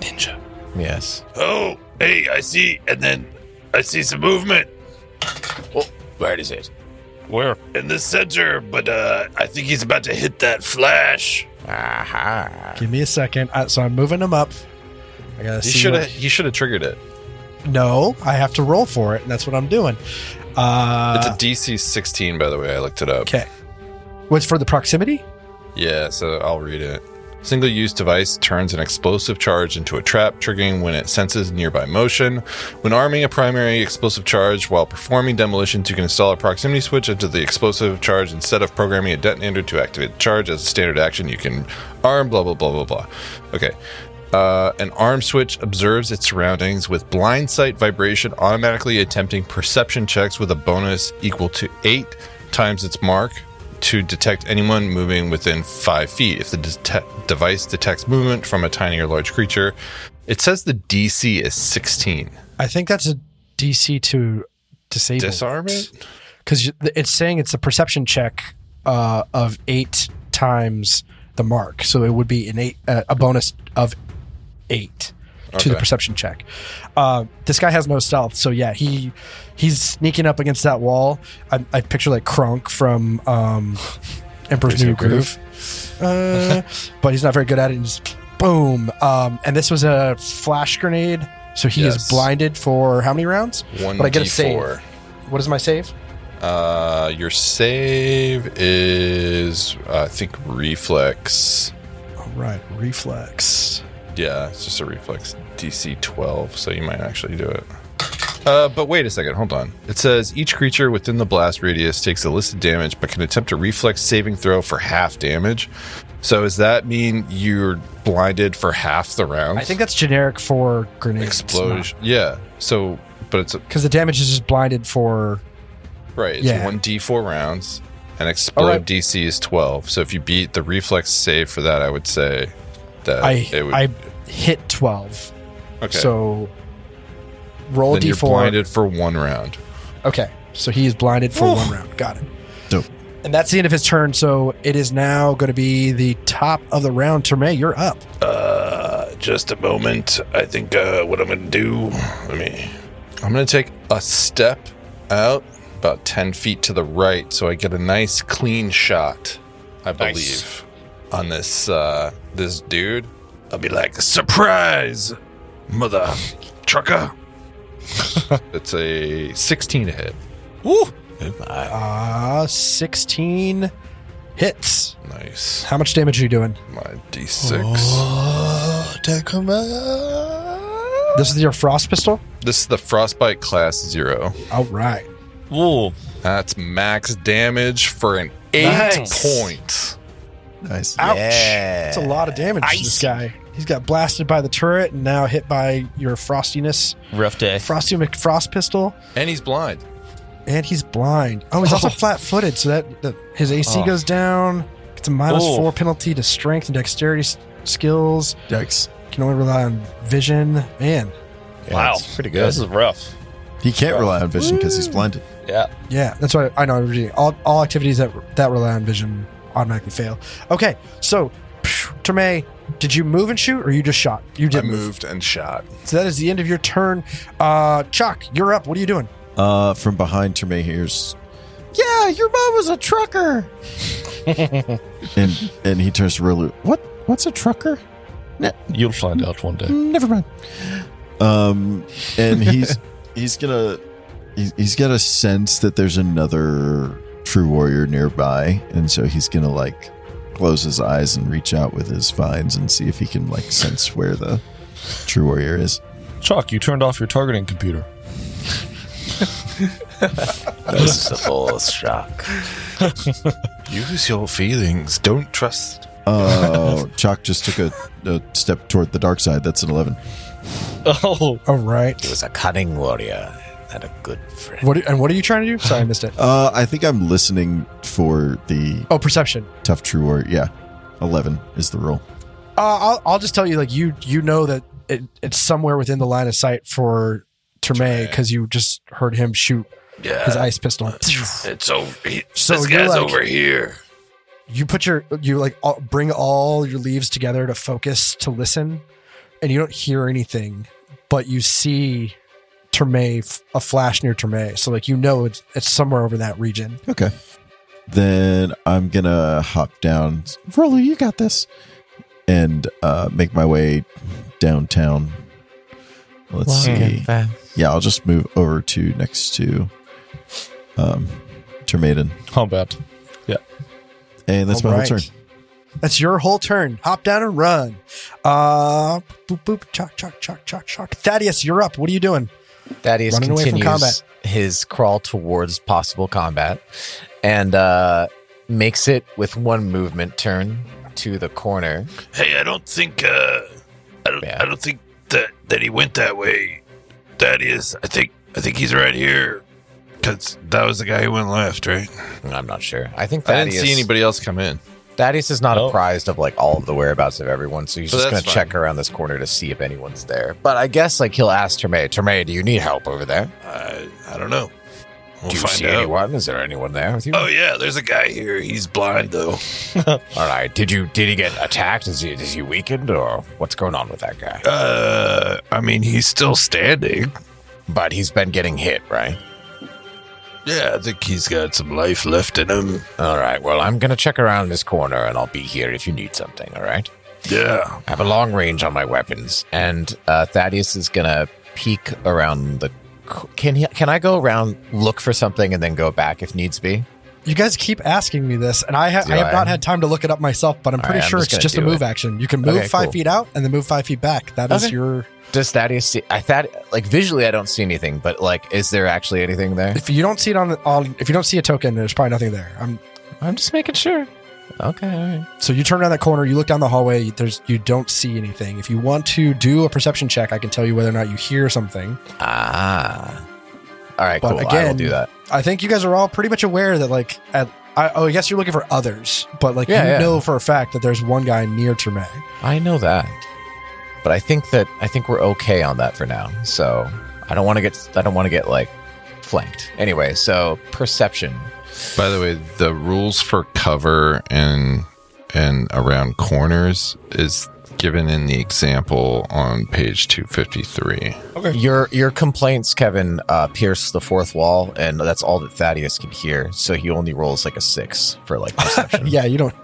Speaker 4: Ninja.
Speaker 5: Yes.
Speaker 1: oh, hey, I see, and then I see some movement
Speaker 5: Where is it?
Speaker 4: Where?
Speaker 1: in the center, but uh, I think he's about to hit that flash.
Speaker 5: Aha.
Speaker 3: Give me a second. Uh, so I'm moving him up. I gotta
Speaker 7: He
Speaker 3: see
Speaker 7: should have.
Speaker 3: what-
Speaker 7: He should have triggered it.
Speaker 3: No, I have to roll for it, and that's what I'm doing.
Speaker 7: It's a
Speaker 3: Uh,
Speaker 7: DC 16, by the way. I looked it up.
Speaker 3: okay. What's for the proximity?
Speaker 7: Yeah, so I'll read it. Single use device turns an explosive charge into a trap, triggering when it senses nearby motion. When arming a primary explosive charge while performing demolitions, you can install a proximity switch into the explosive charge instead of programming a detonator to activate the charge. As a standard action, you can arm, blah, blah, blah, blah, blah. Okay. Uh, an arm switch observes its surroundings with blind sight vibration, automatically attempting perception checks with a bonus equal to eight times its mark to detect anyone moving within five feet. If the dete- device detects movement from a tiny or large creature, it says the DC is 16.
Speaker 3: I think that's a DC to disable
Speaker 7: Disarm it?
Speaker 3: because it's saying it's a perception check uh, of eight times the mark, so it would be an eight, uh, a bonus of eight to the
Speaker 7: Okay.
Speaker 3: perception check. Uh, this guy has no stealth, so yeah, he he's sneaking up against that wall. I, I picture like Kronk from um, Emperor's New Groove, Uh, but he's not very good at it. And just Boom. Um, and this was a flash grenade, so he is
Speaker 7: Yes.
Speaker 3: blinded for how many rounds?
Speaker 7: One
Speaker 3: But I get a
Speaker 7: D4.
Speaker 3: save. What is my save?
Speaker 7: Uh, your save is, uh, I think, reflex.
Speaker 3: All right, reflex.
Speaker 7: Yeah, it's just a reflex DC 12, so you might actually do it. Uh, but wait a second, hold on. It says each creature within the blast radius takes the listed damage, but can attempt a reflex saving throw for half damage. So does that mean you're blinded for half the rounds?
Speaker 3: I think that's generic for grenades.
Speaker 7: explosion. Yeah. So, but it's
Speaker 3: Because the damage is just blinded for.
Speaker 7: right. It's
Speaker 3: Yeah.
Speaker 7: one D4 rounds, and explode
Speaker 3: Alright.
Speaker 7: DC is 12. So if you beat the reflex save for that, I would say that
Speaker 3: I
Speaker 7: Uh, it would.
Speaker 3: I hit twelve.
Speaker 7: okay.
Speaker 3: So roll
Speaker 7: then
Speaker 3: d
Speaker 7: you're
Speaker 3: four.
Speaker 7: blinded for one round.
Speaker 3: Okay, so he is blinded for one round. Got it.
Speaker 6: Dope.
Speaker 3: And that's the end of his turn. So it is now going to be the top of the round. Terme, you're up.
Speaker 7: just a moment. I think uh, what I'm going to do. Let me. I'm going to take a step out about 10 feet to the right so I get a nice clean shot, I believe,
Speaker 4: Nice.
Speaker 7: on this uh, this dude. I'll be like, surprise, mother trucker. it's a 16 to hit.
Speaker 3: Uh, 16 hits.
Speaker 7: Nice.
Speaker 3: How much damage are you doing?
Speaker 7: My d6.
Speaker 4: Oh.
Speaker 3: This is your frost pistol?
Speaker 7: This is the frostbite class zero.
Speaker 3: All right.
Speaker 4: Ooh,
Speaker 7: That's max damage for an eight
Speaker 4: Nice.
Speaker 7: points.
Speaker 6: Nice.
Speaker 3: Ouch.
Speaker 5: Yeah.
Speaker 3: That's a lot of damage to this
Speaker 4: Icy.
Speaker 3: guy. He's got blasted by the turret and now hit by your frostiness,
Speaker 4: rough day.
Speaker 3: frosty McFrost pistol,
Speaker 7: And he's blind.
Speaker 3: and he's blind. Oh, he's also flat-footed, so that, that his AC goes down. Gets a minus
Speaker 4: Oh. Ooh.
Speaker 3: four penalty to strength and dexterity s- skills.
Speaker 6: Yikes.
Speaker 3: Can only rely on vision. Man,
Speaker 4: wow,
Speaker 6: it's pretty
Speaker 4: Yeah, This
Speaker 6: good.
Speaker 4: is rough.
Speaker 6: He can't rely on vision because he's blinded.
Speaker 4: Yeah.
Speaker 3: Yeah, that's why I know. I'm reading all, all activities that that rely on vision automatically fail. Okay, so phew, Treme, did you move and shoot, or you just shot? You
Speaker 7: I
Speaker 3: did move.
Speaker 7: moved and shot.
Speaker 3: So that is the end of your turn. Uh, Chuck, you're up. What are you doing?
Speaker 6: Uh, from behind, Terme hears, "Yeah, your mom was a trucker." and and he turns to Rilu. What? What's a trucker?
Speaker 4: You'll find out one day.
Speaker 6: Never mind. Um, and he's he's gonna he's, he's got a sense that there's another true warrior nearby, and so he's gonna like close his eyes and reach out with his vines and see if he can like sense where the true warrior is.
Speaker 4: Chalk, you turned off your targeting computer.
Speaker 5: This is the full shock.
Speaker 7: Use your feelings. Don't trust.
Speaker 6: Oh, Chalk just took a, a step toward the dark side. That's an eleven.
Speaker 4: Oh,
Speaker 3: All right.
Speaker 5: He was a cunning warrior and a good friend.
Speaker 3: What and what are you trying to do? Sorry, I missed it.
Speaker 6: Uh, I think I'm listening for the
Speaker 3: Oh, perception.
Speaker 6: tough true warrior. Yeah, eleven is the rule.
Speaker 3: Uh, I'll I'll just tell you, like you you know that it, it's somewhere within the line of sight for Treme because you just heard him shoot his
Speaker 1: Yeah,
Speaker 3: ice pistol.
Speaker 1: it's over. He,
Speaker 3: So
Speaker 1: this
Speaker 3: you're
Speaker 1: guy's
Speaker 3: like-
Speaker 1: over here.
Speaker 3: you put your you like all, bring all your leaves together to focus to listen and you don't hear anything but you see Terme f- a flash near Terme so like you know it's, it's somewhere over that region
Speaker 6: Okay. Then I'm gonna hop down. Rolly, you got this. And uh, make my way downtown. Let's see. Yeah, I'll just move over to next to um Termaiden.
Speaker 4: combat.
Speaker 6: And that's
Speaker 3: All
Speaker 6: my
Speaker 3: right.
Speaker 6: whole turn.
Speaker 3: that's your whole turn hop down and run uh boop boop chop chop chop chop chop Thaddeus you're up what are you doing
Speaker 5: Thaddeus
Speaker 3: Running away from combat.
Speaker 5: continues his crawl towards possible combat and uh, makes it with one movement turn to the corner.
Speaker 1: Hey, I don't think uh, I don't
Speaker 5: Yeah.
Speaker 1: I don't think that that he went that way. That is, I think I think he's right here, cause that was the guy who went left, right?
Speaker 5: I'm not sure. I think
Speaker 7: I
Speaker 5: Thaddeus,
Speaker 7: didn't see anybody else come in.
Speaker 5: Thaddeus is not
Speaker 4: Oh.
Speaker 5: apprised of like all of the whereabouts of everyone, so he's
Speaker 7: So
Speaker 5: just going
Speaker 7: that's
Speaker 5: to check around this corner to see if anyone's there. But I guess like he'll ask Terme, Terme, do you need help over there?
Speaker 1: I I don't know. We'll
Speaker 5: do you
Speaker 1: find
Speaker 5: see
Speaker 1: out.
Speaker 5: anyone? Is there anyone there with you?
Speaker 1: Oh yeah, there's a guy here. He's blind though.
Speaker 5: All right. Did you did he get attacked? Is he is he weakened or what's going on with that guy?
Speaker 1: Uh, I mean, he's still standing.
Speaker 5: But he's been getting hit, right?
Speaker 1: Yeah, I think he's got some life left in him.
Speaker 5: All right. Well, I'm gonna check around this corner, and I'll be here if you need something. All right.
Speaker 7: Yeah.
Speaker 5: I have a long range on my weapons, and uh, Thaddeus is gonna peek around the. c- Can he? Can I go around, look for something, and then go back if needs be?
Speaker 3: You guys keep asking me this, and I, ha-
Speaker 5: Do
Speaker 3: I have
Speaker 5: I?
Speaker 3: not had time to look it up myself, but I'm
Speaker 5: All
Speaker 3: pretty
Speaker 5: right, I'm
Speaker 3: sure
Speaker 5: just
Speaker 3: it's
Speaker 5: gonna
Speaker 3: just a
Speaker 5: do
Speaker 3: move
Speaker 5: it.
Speaker 3: action. You can move
Speaker 5: Okay,
Speaker 3: five
Speaker 5: cool.
Speaker 3: feet out and then move five feet back. That is
Speaker 5: Okay.
Speaker 3: your.
Speaker 5: Does Thaddeus see? I thought like visually, I don't see anything, but like, is there actually anything there?
Speaker 3: If you don't see it on, the, on if you don't see a token, there's probably nothing there. I'm,
Speaker 5: I'm just making sure. Okay, all right.
Speaker 3: so you turn around that corner, you look down the hallway. There's you don't see anything. If you want to do a perception check, I can tell you whether or not you hear something.
Speaker 5: Ah, all right,
Speaker 3: But
Speaker 5: cool. I will
Speaker 3: again-
Speaker 5: do that.
Speaker 3: I think you guys are all pretty much aware that like at. I, oh, I guess you're looking for others, but like
Speaker 5: Yeah,
Speaker 3: you
Speaker 5: yeah. Hmm.
Speaker 3: know for a fact that there's one guy near Treme.
Speaker 5: I know that, but I think that I think we're okay on that for now. So I don't want to get I don't want to get like flanked. Anyway, so perception.
Speaker 7: By the way, the rules for cover and and around corners is given in the example on page 253.
Speaker 5: Your your complaints, Kevin, uh, pierce the fourth wall, and that's all that Thaddeus can hear. So he only rolls like a six for like perception.
Speaker 3: Yeah, you don't.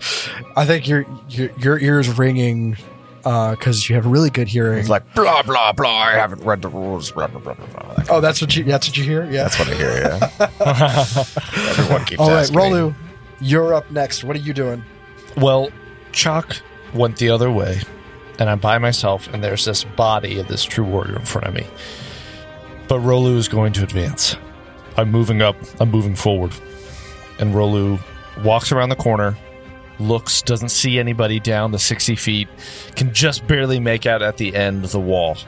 Speaker 3: I think your your, your ears ringing because you have really good hearing.
Speaker 5: He's like blah blah blah. I haven't read the rules. Blah blah blah blah. blah. Like,
Speaker 3: oh, that's what you that's what you hear. Yeah.
Speaker 5: that's what I hear. Yeah. Everyone keeps
Speaker 3: All right,
Speaker 5: asking me.
Speaker 3: Rolu, you're up next. What are you doing?
Speaker 4: Well, Chalk went the other way, and I'm by myself, and there's this body of this true warrior in front of me. But Rolu is going to advance. I'm moving up, I'm moving forward. And Rolu walks around the corner, looks, doesn't see anybody down the 60 feet, can just barely make out at the end of the wall.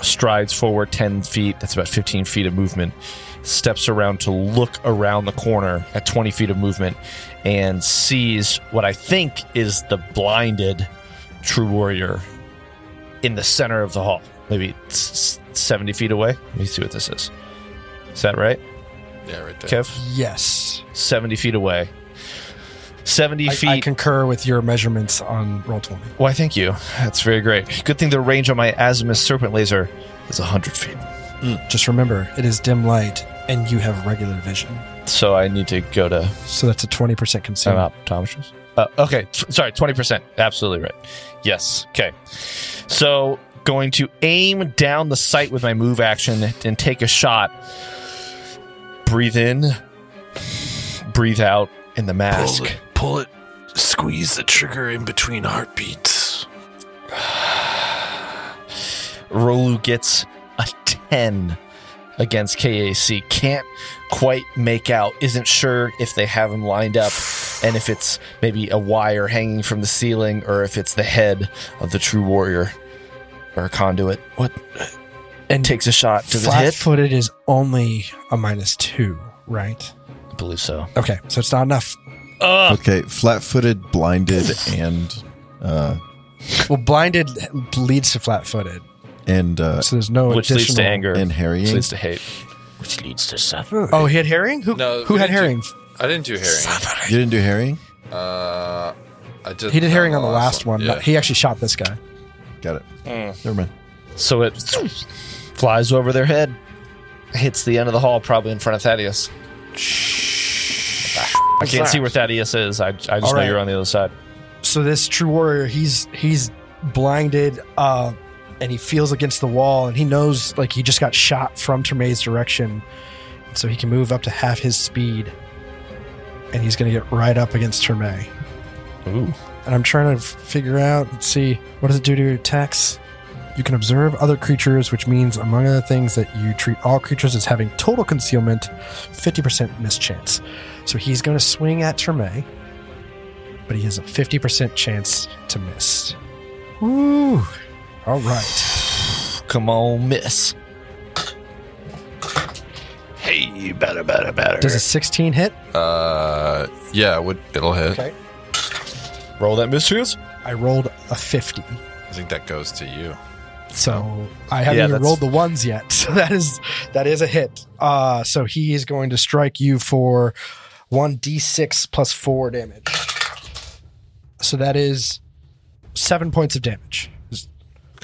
Speaker 4: Strides forward 10 feet, that's about 15 feet of movement. Steps around to look around the corner at 20 feet of movement and sees what I think is the blinded true warrior in the center of the hall, maybe s- s- 70 feet away. Let me see what this is. Is that right,
Speaker 7: Yeah, right there.
Speaker 4: Kev?
Speaker 3: Yes,
Speaker 4: 70 feet away. 70
Speaker 3: I,
Speaker 4: feet.
Speaker 3: I concur with your measurements on roll twenty.
Speaker 4: Why, thank you. That's very great. Good thing the range on my azimuth serpent laser is 100 feet.
Speaker 3: Just remember, it is dim light, and you have regular vision,
Speaker 4: So I need to go to
Speaker 3: so that's a twenty percent
Speaker 4: an
Speaker 3: concealment.
Speaker 4: optometrist. Uh, okay, t- sorry, 20%. Absolutely right. Yes. Okay. So going to aim down the sight with my move action and take a shot. Breathe in, breathe out in the mask.
Speaker 1: Pull it. Squeeze the trigger in between heartbeats.
Speaker 4: Rolu gets a 10 against KAC. Can't quite make out. Isn't sure if they have him lined up and if it's maybe a wire hanging from the ceiling or if it's the head of the true warrior or a conduit. What? And takes a shot to the hip.
Speaker 3: Flat-footed is only a minus two, right?
Speaker 4: I believe so.
Speaker 3: Okay, so it's not enough.
Speaker 6: Okay, flat-footed, blinded, and uh,
Speaker 3: Well, blinded leads to flat-footed,
Speaker 6: and uh,
Speaker 3: so there's no
Speaker 4: Which leads to
Speaker 3: additional-
Speaker 4: anger.
Speaker 6: and
Speaker 4: Which
Speaker 6: harrying.
Speaker 4: leads to hate.
Speaker 2: which leads to suffering.
Speaker 3: Oh, he had herring. Who
Speaker 7: No,
Speaker 3: who
Speaker 7: we
Speaker 3: had
Speaker 7: didn't do-
Speaker 3: herring?
Speaker 7: I didn't do herring.
Speaker 6: You didn't do harrying.
Speaker 7: Uh, I did.
Speaker 3: He did herring on the last one. but
Speaker 7: Yeah.
Speaker 3: He actually shot this guy.
Speaker 6: Got it. Never mind.
Speaker 4: So it flies over their head, hits the end of the hall, probably in front of Thaddeus. I can't see where Thaddeus is. I, I just know
Speaker 3: right.
Speaker 4: you're on the other side.
Speaker 3: so this true warrior he's he's blinded uh and he feels against the wall and he knows like he just got shot from Tremaine's direction so he can move up to half his speed and he's gonna get right up against Tremaine
Speaker 4: Ooh.
Speaker 3: and I'm trying to f- figure out and see what does it do to your attacks. You can observe other creatures, which means, among other things, that you treat all creatures as having total concealment, 50% mischance. So he's going to swing at Treme, but he has a 50% chance to miss. Woo! All right.
Speaker 4: Come on, miss.
Speaker 1: Hey, you better, better, better.
Speaker 3: Does a 16 hit?
Speaker 7: Uh, yeah, it would, it'll hit.
Speaker 4: Roll that mischance.
Speaker 3: I rolled a 50.
Speaker 7: I think that goes to you. Oh.
Speaker 3: So I haven't
Speaker 4: Yeah,
Speaker 3: even
Speaker 4: that's-
Speaker 3: rolled the ones yet. So that is that is a hit. Uh, so he is going to strike you for one d six plus four damage. So that is seven points of damage.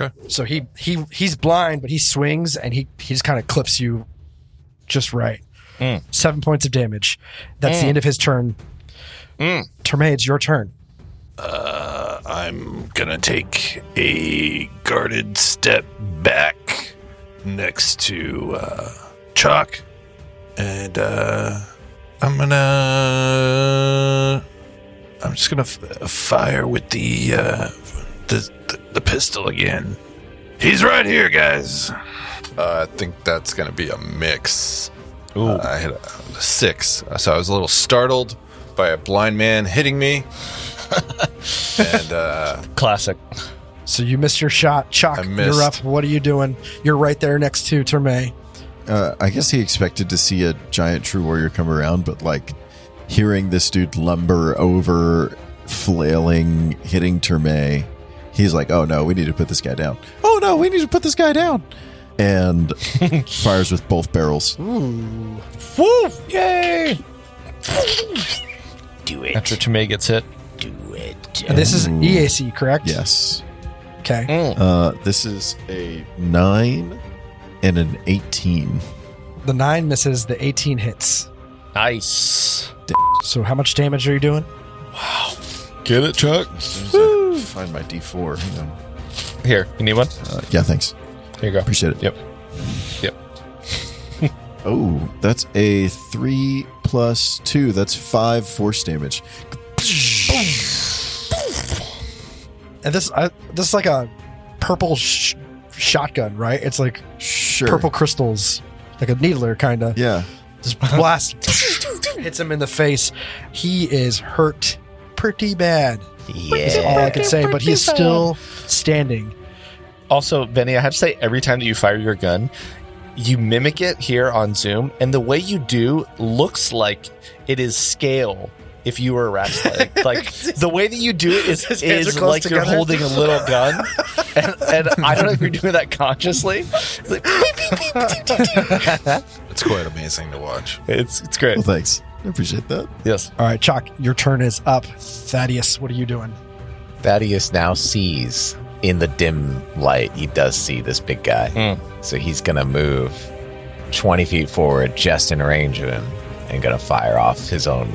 Speaker 7: Okay.
Speaker 3: So he he he's blind, but he swings and he he just kind of clips you just right.
Speaker 7: Hmm.
Speaker 3: Seven points of damage.
Speaker 7: Hmm.
Speaker 3: That's the end of his turn. Mm. it's your turn.
Speaker 1: I'm gonna take a guarded step back next to uh, Chalk, and uh, I'm gonna. I'm just gonna f- uh, fire with the, uh, the the the pistol again. He's right here, guys.
Speaker 7: Uh, I think that's going to be a mix. Uh, I hit a six, so I was a little startled by a blind man hitting me, and uh,
Speaker 4: Classic.
Speaker 3: So you missed your shot. Chalk,
Speaker 7: I
Speaker 3: you're
Speaker 7: missed.
Speaker 3: up. What are you doing? You're right there next to Terme.
Speaker 6: Uh, I guess he expected to see a giant true warrior come around, but like hearing this dude lumber over, flailing, hitting Terme, he's like, "Oh no, we need to put this guy down. Oh no, we need to put this guy down." And fires with both barrels.
Speaker 2: Do it.
Speaker 4: After Tomei gets hit.
Speaker 2: Do it.
Speaker 3: And this is EAC, correct?
Speaker 6: Yes.
Speaker 3: Okay.
Speaker 6: Uh, this is a nine and an eighteen.
Speaker 3: The nine misses. The eighteen hits.
Speaker 4: Nice.
Speaker 3: So how much damage are you doing?
Speaker 4: Get it, Chuck.
Speaker 6: As soon as I find my D four. Hang on.
Speaker 4: Here, you need one?
Speaker 6: Uh, yeah, thanks.
Speaker 4: Here you go.
Speaker 6: Appreciate it.
Speaker 4: Yep. Yep.
Speaker 6: Oh, that's a three plus two. That's five force damage.
Speaker 3: And this, I, this is like a purple sh- shotgun, right? It's like
Speaker 6: Sure.
Speaker 3: purple crystals, like a needler kind of.
Speaker 6: Yeah.
Speaker 3: Just blast hits him in the face. He is hurt pretty bad. Is all I can say, but he is still standing.
Speaker 4: Also, Benny, I have to say, every time that you fire your gun, you mimic it here on Zoom, and the way you do looks like it is scale. If you were a rat, like, like, the way that you do it is,
Speaker 3: hands are
Speaker 4: is
Speaker 3: close
Speaker 4: like
Speaker 3: together.
Speaker 4: you're holding a little gun, and, and I don't know if you're doing that consciously. It's like, beep, beep, beep, beep, beep, beep.
Speaker 7: it's quite amazing to watch.
Speaker 4: it's it's great.
Speaker 6: Well, thanks. I appreciate that.
Speaker 4: Yes,
Speaker 3: All right, Chalk, your turn is up. Thaddeus, what are you doing?
Speaker 5: Thaddeus now sees in the dim light. He does see this big guy.
Speaker 4: Mm.
Speaker 3: Hmm.
Speaker 5: So he's going to move 20 feet forward just in range of him and going to fire off his own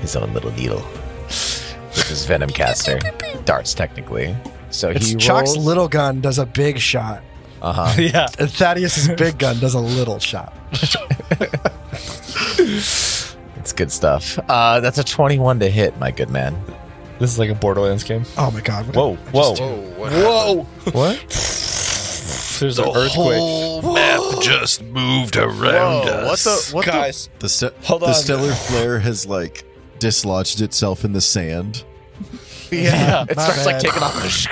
Speaker 5: his own little needle. Which is Venom Caster. Darts technically. So
Speaker 3: It's
Speaker 5: he
Speaker 3: Chalk's
Speaker 5: rolls.
Speaker 3: little gun does a big shot,
Speaker 5: uh-huh.
Speaker 4: yeah.
Speaker 3: and Thaddeus's big gun does a little shot.
Speaker 5: It's good stuff. Uh, that's a 21 to hit, my good man.
Speaker 4: This is like a Borderlands game.
Speaker 3: Oh my god!
Speaker 4: Whoa, whoa, whoa!
Speaker 5: What?
Speaker 4: There's an earthquake.
Speaker 1: Whole map just moved around us.
Speaker 5: what
Speaker 4: Guys,
Speaker 6: The, st-
Speaker 4: Hold
Speaker 6: the
Speaker 4: on.
Speaker 6: stellar flare has like dislodged itself in the sand.
Speaker 4: yeah.
Speaker 5: It
Speaker 3: My
Speaker 5: starts like
Speaker 3: bad.
Speaker 5: taking off.
Speaker 4: There's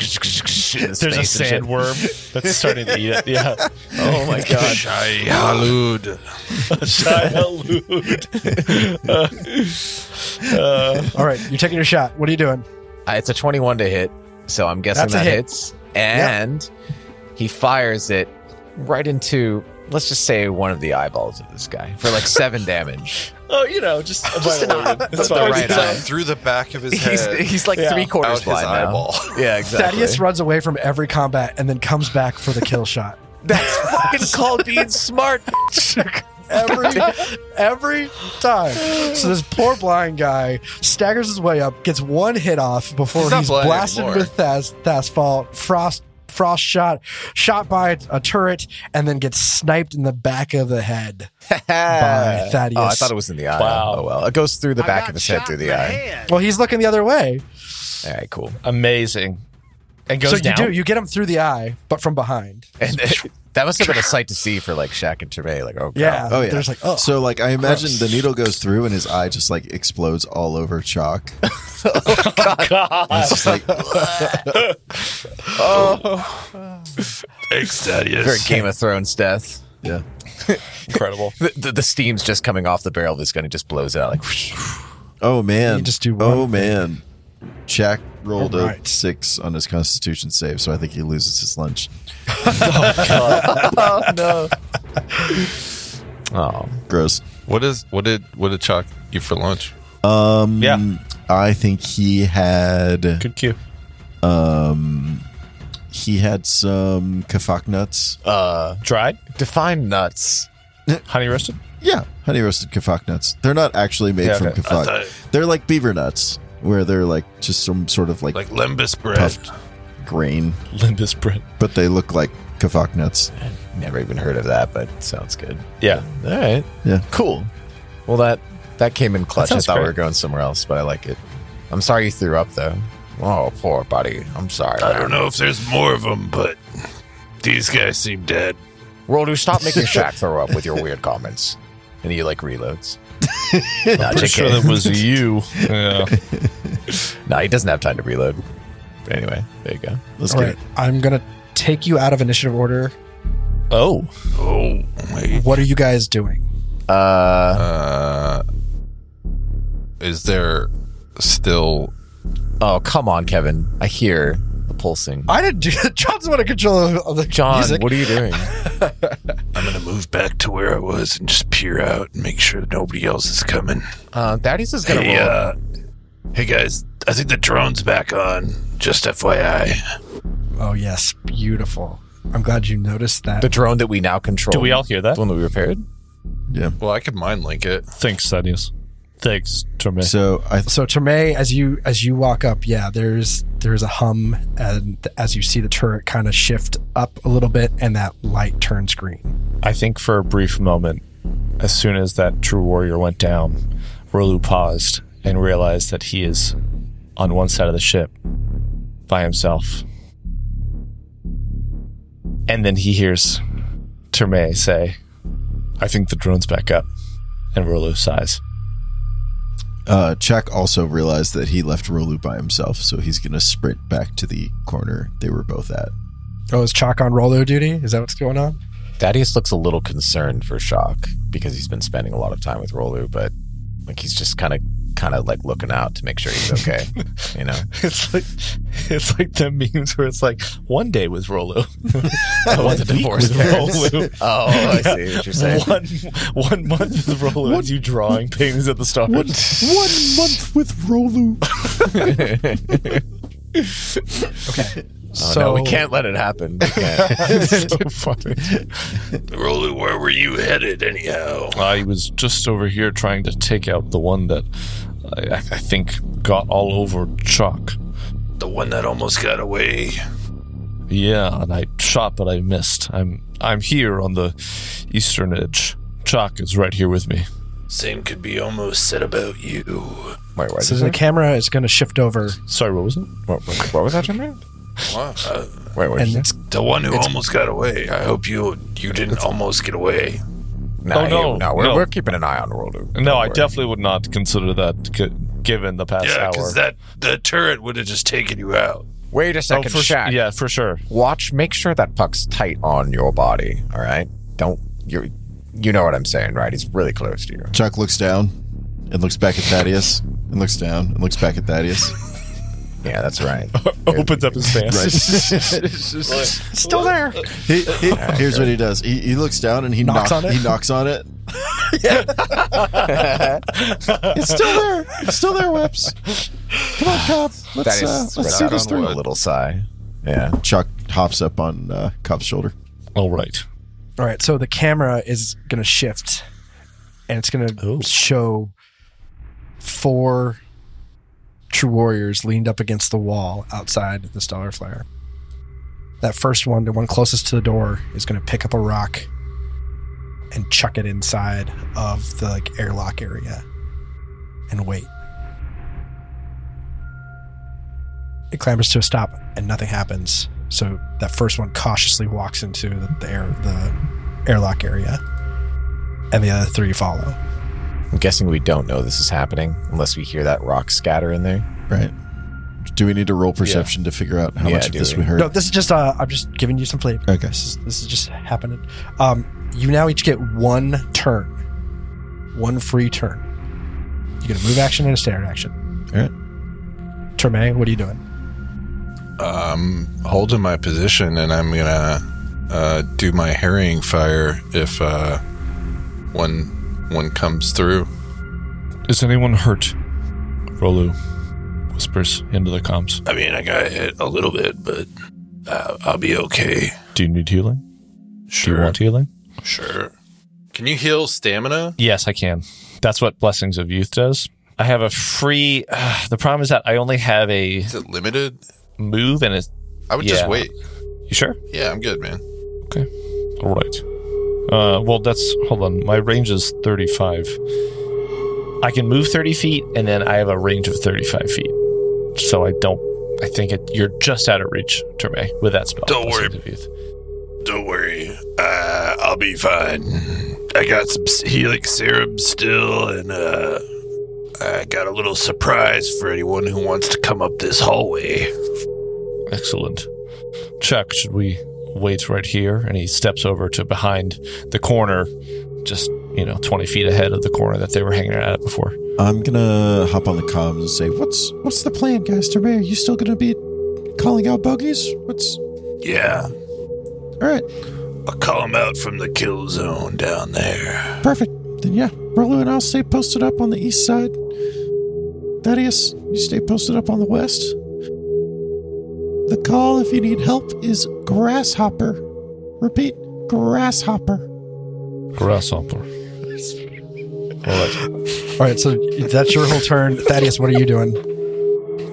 Speaker 4: a sandworm that's starting to eat it. Yeah.
Speaker 5: Oh my god.
Speaker 1: Shai Halud.
Speaker 3: All right, you're taking your shot. What are you doing?
Speaker 5: Uh, it's a 21 to hit, so I'm guessing
Speaker 3: That's a
Speaker 5: that
Speaker 3: hit.
Speaker 5: hits. And he fires it right into, let's just say, one of the eyeballs of this guy for like seven damage.
Speaker 4: oh, you know, just, just That's
Speaker 5: the
Speaker 4: fine.
Speaker 5: right
Speaker 4: It's
Speaker 5: eye.
Speaker 4: fine.
Speaker 7: uh, Through the back of his
Speaker 5: He's,
Speaker 7: head,
Speaker 5: he's like
Speaker 4: Yeah.
Speaker 5: three quarters
Speaker 7: out Uh, his
Speaker 5: blind now.
Speaker 7: eyeball.
Speaker 5: Yeah, exactly.
Speaker 3: Thaddeus runs away from every combat and then comes back for the kill shot.
Speaker 5: That's fucking called being smart.
Speaker 3: every every time. So this poor blind guy staggers his way up, gets one hit off before
Speaker 7: He's
Speaker 3: he's,
Speaker 7: not blind
Speaker 3: blasted
Speaker 7: anymore.
Speaker 3: with Thas Thasfall frost frost shot, shot by a turret, and then gets sniped in the back of the head.
Speaker 5: By
Speaker 3: Thaddeus.
Speaker 5: Oh, I thought it was in the eye.
Speaker 4: Wow.
Speaker 5: Oh well, it goes through the back of his head through the eye.
Speaker 3: Well, he's looking the other way.
Speaker 5: All right, cool.
Speaker 4: Amazing. And goes
Speaker 3: so you
Speaker 4: down.
Speaker 3: do you get him through the eye, but from behind.
Speaker 5: And that must have been a sight to see for like Shaq and Trevay. Like, oh God.
Speaker 3: Yeah.
Speaker 6: Oh yeah.
Speaker 3: There's like oh.
Speaker 6: so like I imagine the needle goes through and his eye just like explodes all over chalk.
Speaker 4: God.
Speaker 6: It's just like
Speaker 1: Thanks, Thaddeus.
Speaker 5: Very Game of Thrones death.
Speaker 6: yeah.
Speaker 4: Incredible.
Speaker 5: The, the, the steam's just coming off the barrel of his gun. It just blows out like.
Speaker 6: Oh man.
Speaker 3: You just do
Speaker 6: Oh
Speaker 3: one-
Speaker 6: man. Jack rolled
Speaker 3: Alright.
Speaker 6: a six on his constitution save, so I think he loses his lunch.
Speaker 5: Oh,
Speaker 6: Gross.
Speaker 7: what is what did what did Chalk eat for lunch?
Speaker 6: Um
Speaker 4: Yeah.
Speaker 6: I think he had
Speaker 4: Good cue.
Speaker 6: he had some kafak nuts.
Speaker 5: uh,
Speaker 4: Dried?
Speaker 5: define nuts.
Speaker 4: Honey roasted?
Speaker 6: Yeah, honey roasted kafak nuts. They're not actually made
Speaker 4: Yeah,
Speaker 6: from
Speaker 4: okay.
Speaker 6: kafak.
Speaker 1: thought-
Speaker 6: They're like beaver nuts, where they're like just some sort of like,
Speaker 7: like limbus bread.
Speaker 6: puffed grain,
Speaker 4: Limbus bread.
Speaker 6: but they look like kavak nuts.
Speaker 5: Never even heard of that, but sounds good.
Speaker 4: Yeah.
Speaker 5: All right.
Speaker 6: Yeah.
Speaker 5: Cool. Well, that that came in clutch.
Speaker 4: That
Speaker 5: I
Speaker 4: sounds
Speaker 5: thought we
Speaker 4: great.
Speaker 5: were going somewhere else, but I like it. I'm sorry you threw up, though. Oh, poor buddy. I'm sorry.
Speaker 7: I don't know if there's more of them, but these guys seem dead.
Speaker 5: World, you stop making Shaq throw up with your weird comments. And he like reloads. nah,
Speaker 4: Pretty
Speaker 5: JK.
Speaker 4: sure that was you. Yeah.
Speaker 5: Nah, he doesn't have time to reload. But anyway, there you go.
Speaker 6: Let's
Speaker 3: All
Speaker 6: get
Speaker 3: right, I'm gonna take you out of initiative order.
Speaker 4: Oh,
Speaker 7: Oh, wait.
Speaker 3: What are you guys doing?
Speaker 7: Uh, is there still?
Speaker 5: Oh, come on, Kevin. I hear the pulsing.
Speaker 3: I didn't do that. John's one in control of, of the
Speaker 5: John,
Speaker 3: music.
Speaker 5: what are you doing?
Speaker 7: I'm gonna move back to where I was and just peer out and make sure nobody else is coming.
Speaker 5: Uh, Daddy's is gonna
Speaker 7: Hey,
Speaker 5: roll.
Speaker 7: uh, hey guys, I think the drone's back on. Just FYI.
Speaker 3: Oh yes, beautiful. I'm glad you noticed that.
Speaker 5: the drone that we now control.
Speaker 4: do we all hear that?
Speaker 5: The one that we repaired.
Speaker 7: Well, I could mind link it.
Speaker 4: Thanks, Thaddeus. Thanks, Torme.
Speaker 6: So I
Speaker 3: so Tomei, as you as you walk up, yeah, there's there's a hum, and as you see the turret kind of shift up a little bit, and that light turns green.
Speaker 4: I think for a brief moment, as soon as that true warrior went down, Rolu paused and realized that he is on one side of the ship by himself. And then he hears Terme say, I think the drone's back up. And Rolu sighs.
Speaker 6: uh, Chuck also realized that he left Rolu by himself, so he's gonna sprint back to the corner they were both at.
Speaker 3: Oh, is Chalk on Rolo duty? Is that what's going on?
Speaker 5: Thaddeus looks a little concerned for Shock because he's been spending a lot of time with Rolu, but like he's just kind of kind of like looking out to make sure he's okay. you know,
Speaker 4: It's like it's like the memes where it's like one day with Rolu. one
Speaker 5: the
Speaker 4: week
Speaker 5: divorce
Speaker 4: with
Speaker 5: parents.
Speaker 4: Rolu.
Speaker 5: Oh, I see what you're saying.
Speaker 4: One one month with Rolu as you drawing paintings at the start.
Speaker 6: One month with Rolu.
Speaker 5: so Oh, no, we can't let it happen. We can't.
Speaker 4: so funny.
Speaker 1: Rolu, where were you headed anyhow?
Speaker 4: I was just over here trying to take out the one that I, I think got all over Chuck.
Speaker 1: The one that almost got away.
Speaker 4: Yeah, and I shot, but I missed. I'm I'm here on the eastern edge. Chuck is right here with me.
Speaker 1: Same could be almost said about you.
Speaker 5: Wait, why
Speaker 3: So the camera is going to shift over,
Speaker 4: Sorry, what was it?
Speaker 5: what, what, what was that, Jimmy?
Speaker 1: What? Uh,
Speaker 5: Wait, what?
Speaker 3: and it's
Speaker 1: the one who almost got away. I hope you you didn't almost get away.
Speaker 5: no,
Speaker 4: Oh, no,
Speaker 5: you- no, we're,
Speaker 4: no.
Speaker 5: we're keeping an eye on Rolu.
Speaker 4: No,
Speaker 5: Don't
Speaker 4: I
Speaker 5: worry.
Speaker 4: definitely would not consider that g- given the past
Speaker 1: Yeah,
Speaker 4: hour.
Speaker 1: because that the turret would have just taken you out.
Speaker 5: Wait a
Speaker 4: oh,
Speaker 5: second,
Speaker 4: for sure.
Speaker 5: Shaq.
Speaker 4: Yeah, for sure.
Speaker 5: Watch. Make sure that puck's tight on your body. All right. Don't you? You know what I'm saying, right? He's really close to you.
Speaker 6: Chuck looks down and looks back at Thaddeus and looks down and looks back at Thaddeus.
Speaker 5: Yeah, that's right.
Speaker 4: Opens up his pants.
Speaker 5: Still there.
Speaker 6: He, he, here's what he does. He, he looks down and he knocks
Speaker 3: Knocks on it?
Speaker 6: He knocks on it. it's still there. It's still there, Whips. Come on, Cop.
Speaker 5: That
Speaker 6: Let's,
Speaker 5: is
Speaker 6: uh, let's see this
Speaker 5: on
Speaker 6: through.
Speaker 5: a little sigh. Yeah.
Speaker 6: Chuck hops up on uh, Cop's shoulder.
Speaker 4: All right.
Speaker 3: All right, so the camera is going to shift and it's going to show four true warriors leaned up against the wall outside the stellar flare. That first one, the one closest to the door, is going to pick up a rock and chuck it inside of the like airlock area and wait. It clambers to a stop and nothing happens. So that first one cautiously walks into the, the, air, the airlock area, and the other three follow.
Speaker 5: I'm guessing we don't know this is happening unless we hear that rock scatter in there.
Speaker 6: Right. Do we need to roll perception to figure out how
Speaker 5: Yeah,
Speaker 6: much of
Speaker 5: do
Speaker 6: this
Speaker 5: we?
Speaker 6: we heard?
Speaker 3: No, this is just uh, I'm just giving you some flavor.
Speaker 6: Okay.
Speaker 3: This is this is just happening. Um, you now each get one turn, one free turn. You get a move action and a standard action.
Speaker 6: All right.
Speaker 3: Terme, what are you doing?
Speaker 7: Um, holding my position, and I'm gonna uh, do my harrying fire if uh, one one comes through.
Speaker 4: Is anyone hurt? Rolu whispers into the comms.
Speaker 1: I mean, I got hit a little bit, but uh, I'll be okay.
Speaker 4: Do you need healing? Do
Speaker 7: Sure,
Speaker 4: you want healing?
Speaker 7: sure. Can you heal stamina?
Speaker 4: Yes, I can. That's what Blessings of Youth does. I have a free. Uh, the problem is that I only have a
Speaker 7: Is it limited?
Speaker 4: move and a.
Speaker 7: I would just
Speaker 4: Yeah.
Speaker 7: wait.
Speaker 4: You sure?
Speaker 7: Yeah, I'm good, man.
Speaker 4: All right. Uh, well, that's hold on. My range is thirty-five. I can move thirty feet, and then I have a range of thirty-five feet. So I don't. I think it, you're just out of reach, Terme, with that spell.
Speaker 1: Don't
Speaker 4: Blessings
Speaker 1: worry.
Speaker 4: of Youth.
Speaker 1: Don't worry, uh, I'll be fine. I got some s- healing serum still, and uh, I got a little surprise for anyone who wants to come up this hallway.
Speaker 4: Excellent. Chuck, should we wait right here? And he steps over to behind the corner, just you know, twenty feet ahead of the corner that they were hanging out at before.
Speaker 6: I'm gonna hop on the comms and say, "What's what's the plan, guys? Termay, are you still gonna be calling out buggies? What's
Speaker 1: Yeah,
Speaker 6: all right?
Speaker 1: I'll call him out from the kill zone down there.
Speaker 6: Perfect. Then yeah, Rolo and I'll stay posted up on the east side. Thaddeus, you stay posted up on the west. The call, if you need help, is grasshopper. Repeat, grasshopper.
Speaker 4: Grasshopper. All right.
Speaker 3: All right, so that's your whole turn. Thaddeus, what are you doing?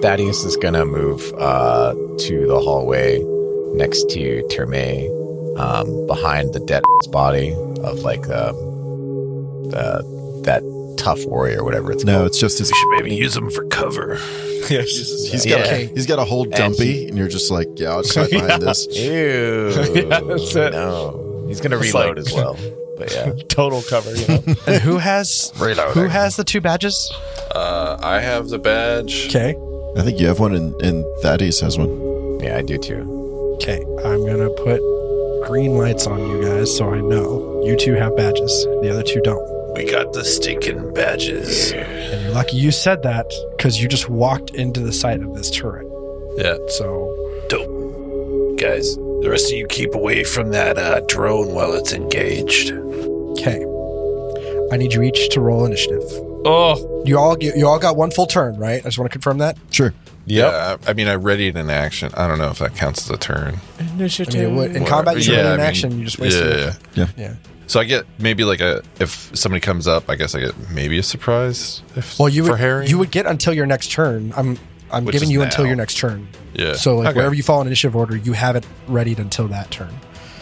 Speaker 5: Thaddeus is gonna move uh, to the hallway next to Terme, um, behind the dead ass body of like um, uh, that tough warrior, whatever it's
Speaker 6: No,
Speaker 5: called.
Speaker 6: it's just his.
Speaker 1: We should maybe use him for cover.
Speaker 6: He's
Speaker 5: Yeah.
Speaker 6: got a,
Speaker 5: Okay.
Speaker 6: he's got a whole dumpy, and, you're just like, yeah, I'll just hide behind this.
Speaker 5: Ew.
Speaker 4: Yeah, that's
Speaker 6: uh,
Speaker 4: it.
Speaker 5: No, he's gonna
Speaker 4: It's
Speaker 5: reload
Speaker 4: like-
Speaker 5: as well. But yeah,
Speaker 4: Total cover. You know?
Speaker 3: And who has who has the two badges?
Speaker 7: Uh, I have the badge.
Speaker 3: Okay,
Speaker 6: I think you have one, and, and Thaddeus has one.
Speaker 5: yeah, I do too.
Speaker 3: okay. I'm gonna put green lights on you guys, so I know you two have badges. The other two don't.
Speaker 1: We got the stinking badges.
Speaker 3: And you're lucky you said that because you just walked into the site of this turret.
Speaker 7: Yeah.
Speaker 3: So
Speaker 1: Guys, the rest of you keep away from that uh, drone while it's engaged.
Speaker 3: okay, I need you each to roll initiative.
Speaker 4: oh,
Speaker 3: You all you, you all got one full turn, right? I just want to confirm that.
Speaker 6: Sure.
Speaker 4: yep.
Speaker 7: Yeah. I, I mean, I readied an action. I don't know if that counts as a turn.
Speaker 3: I mean, it would- in
Speaker 7: Whatever.
Speaker 3: combat, you
Speaker 7: Yeah,
Speaker 3: yeah,
Speaker 7: I
Speaker 3: in
Speaker 7: mean,
Speaker 3: action, you just wasted.
Speaker 7: yeah,
Speaker 3: it.
Speaker 7: yeah.
Speaker 3: Yeah.
Speaker 7: So I get maybe like a if somebody comes up, I guess I get maybe a surprise. If
Speaker 3: Well, you
Speaker 7: for
Speaker 3: would
Speaker 7: Harry,
Speaker 3: you would get until your next turn. I'm I'm
Speaker 7: Which
Speaker 3: giving
Speaker 7: is
Speaker 3: you until
Speaker 7: now.
Speaker 3: your next turn.
Speaker 7: yeah.
Speaker 3: So like
Speaker 7: Okay.
Speaker 3: wherever you fall in initiative order, you have it readied until that turn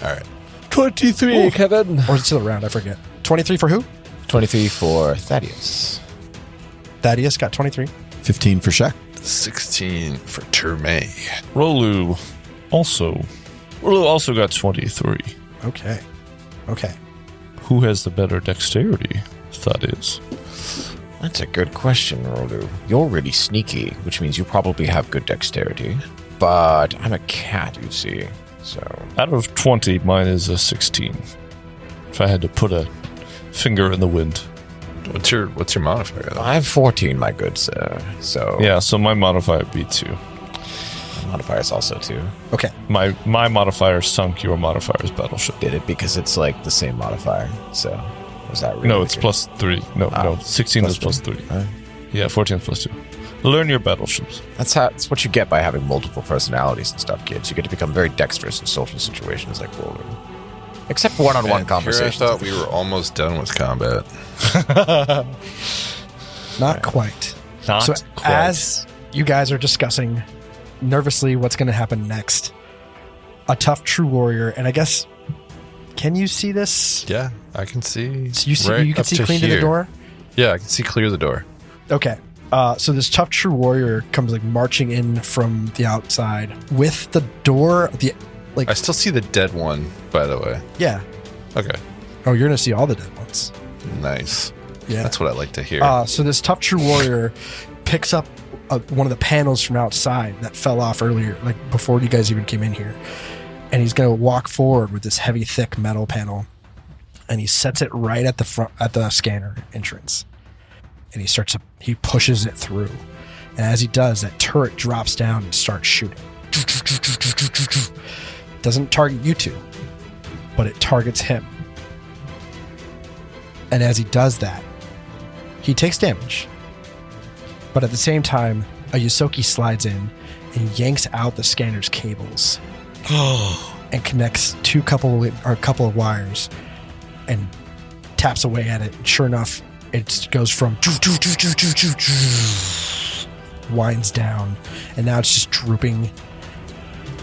Speaker 7: All right.
Speaker 4: Twenty-three, Kevin.
Speaker 3: or until the round. I forget. Twenty three for who?
Speaker 5: Twenty-three for Thaddeus.
Speaker 3: Thaddeus got twenty three.
Speaker 6: 15 for Shaq.
Speaker 7: 16 for Terme.
Speaker 4: Rolu also. Rolu also got twenty-three.
Speaker 3: Okay. Okay.
Speaker 4: Who has the better dexterity? That is.
Speaker 5: That's a good question, Rolu. You're really sneaky, which means you probably have good dexterity. But I'm a cat, you see. So
Speaker 4: Out of twenty, mine is a sixteen. If I had to put a finger in the wind.
Speaker 7: What's your what's your modifier? Though?
Speaker 5: I'm 14, my good sir. So
Speaker 4: Yeah, so my modifier would be two.
Speaker 5: modifiers also too.
Speaker 3: Okay.
Speaker 4: My my modifier sunk your modifier's battleship.
Speaker 5: Did it because it's like the same modifier. So was that really
Speaker 4: No, it's
Speaker 5: good?
Speaker 4: plus three. No, no. Sixteen is plus three.
Speaker 5: Alright.
Speaker 4: Yeah, fourteen is plus two. Learn your battleships.
Speaker 5: That's how. That's what you get by having multiple personalities and stuff, kids. You get to become very dexterous in social situations like Roller. Except for
Speaker 7: Man,
Speaker 5: one-on-one
Speaker 7: here
Speaker 5: conversations.
Speaker 7: I thought we were almost done with combat.
Speaker 3: Not quite.
Speaker 4: Not
Speaker 3: so as you guys are discussing nervously what's going to happen next, a tough true warrior, and I guess can you see this?
Speaker 7: Yeah, I can see.
Speaker 3: So you see
Speaker 7: right
Speaker 3: you can
Speaker 7: up
Speaker 3: see
Speaker 7: to
Speaker 3: clean to the
Speaker 7: here.
Speaker 3: door.
Speaker 7: Yeah, I can see clear the door.
Speaker 3: Okay. Uh, so this tough true warrior comes like marching in from the outside with the door. The
Speaker 7: I still see the dead one, by the way.
Speaker 3: yeah.
Speaker 7: Okay,
Speaker 3: Oh, you're gonna see all the dead ones.
Speaker 7: nice.
Speaker 3: Yeah.
Speaker 7: That's what I like to hear.
Speaker 3: Uh, so this tough true warrior picks up uh, one of the panels from outside that fell off earlier, like before you guys even came in here, and he's gonna walk forward with this heavy, thick metal panel, and he sets it right at the front at the scanner entrance, and he starts to he pushes it through, and as he does, that turret drops down and starts shooting. Doesn't target you two, but it targets him. And as he does that, he takes damage. But at the same time, a Yosoki slides in and yanks out the scanner's cables and connects two couple or a couple of wires and taps away at it. Sure enough, It goes from winds down, and now it's just drooping.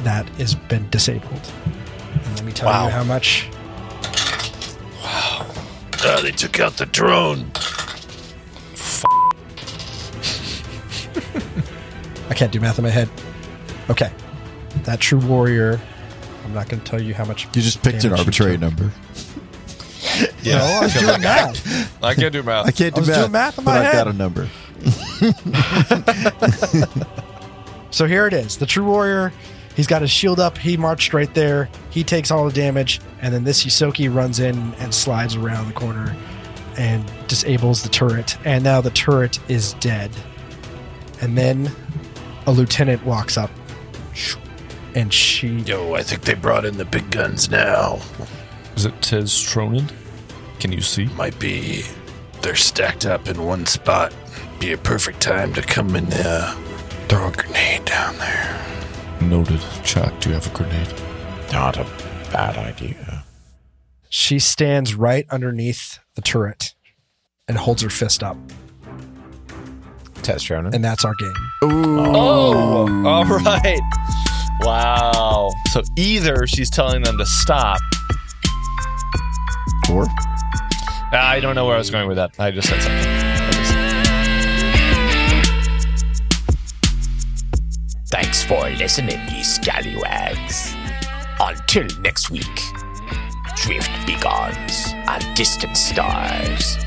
Speaker 3: That has been disabled. And let me tell
Speaker 9: Wow.
Speaker 3: you how much.
Speaker 7: Ah, they took out the drone.
Speaker 3: I can't do math in my head. Okay, that true warrior. I'm not going to tell you how much.
Speaker 6: You just picked an
Speaker 3: damage he
Speaker 6: arbitrary
Speaker 3: took.
Speaker 6: number.
Speaker 3: No, I was doing math.
Speaker 9: I can do math.
Speaker 6: I can't do
Speaker 3: I was
Speaker 6: math,
Speaker 3: doing math in
Speaker 6: but
Speaker 3: my
Speaker 6: I've got
Speaker 3: head.
Speaker 6: a number.
Speaker 3: So here it is. The True Warrior, he's got his shield up. He marched right there. He takes all the damage. And then this Yusoki runs in and slides around the corner and disables the turret. And now the turret is dead. And then a lieutenant walks up. And she.
Speaker 7: Yo, Oh, I think they brought in the big guns now.
Speaker 4: Is it Tez Stronin? Can you see?
Speaker 7: Might be they're stacked up in one spot. Be a perfect time to come and uh, throw a grenade down there.
Speaker 4: Noted. Chuck, do you have a grenade?
Speaker 5: Not a bad idea.
Speaker 3: She stands right underneath the turret and holds her fist up.
Speaker 5: Test Ronan.
Speaker 3: And that's our game.
Speaker 9: Oh, all right. Wow. So either she's telling them to stop.
Speaker 6: Or
Speaker 9: I don't know where I was going with that. I just said something.
Speaker 2: Thanks for listening, ye scallywags. Until next week, drift begons and distant stars.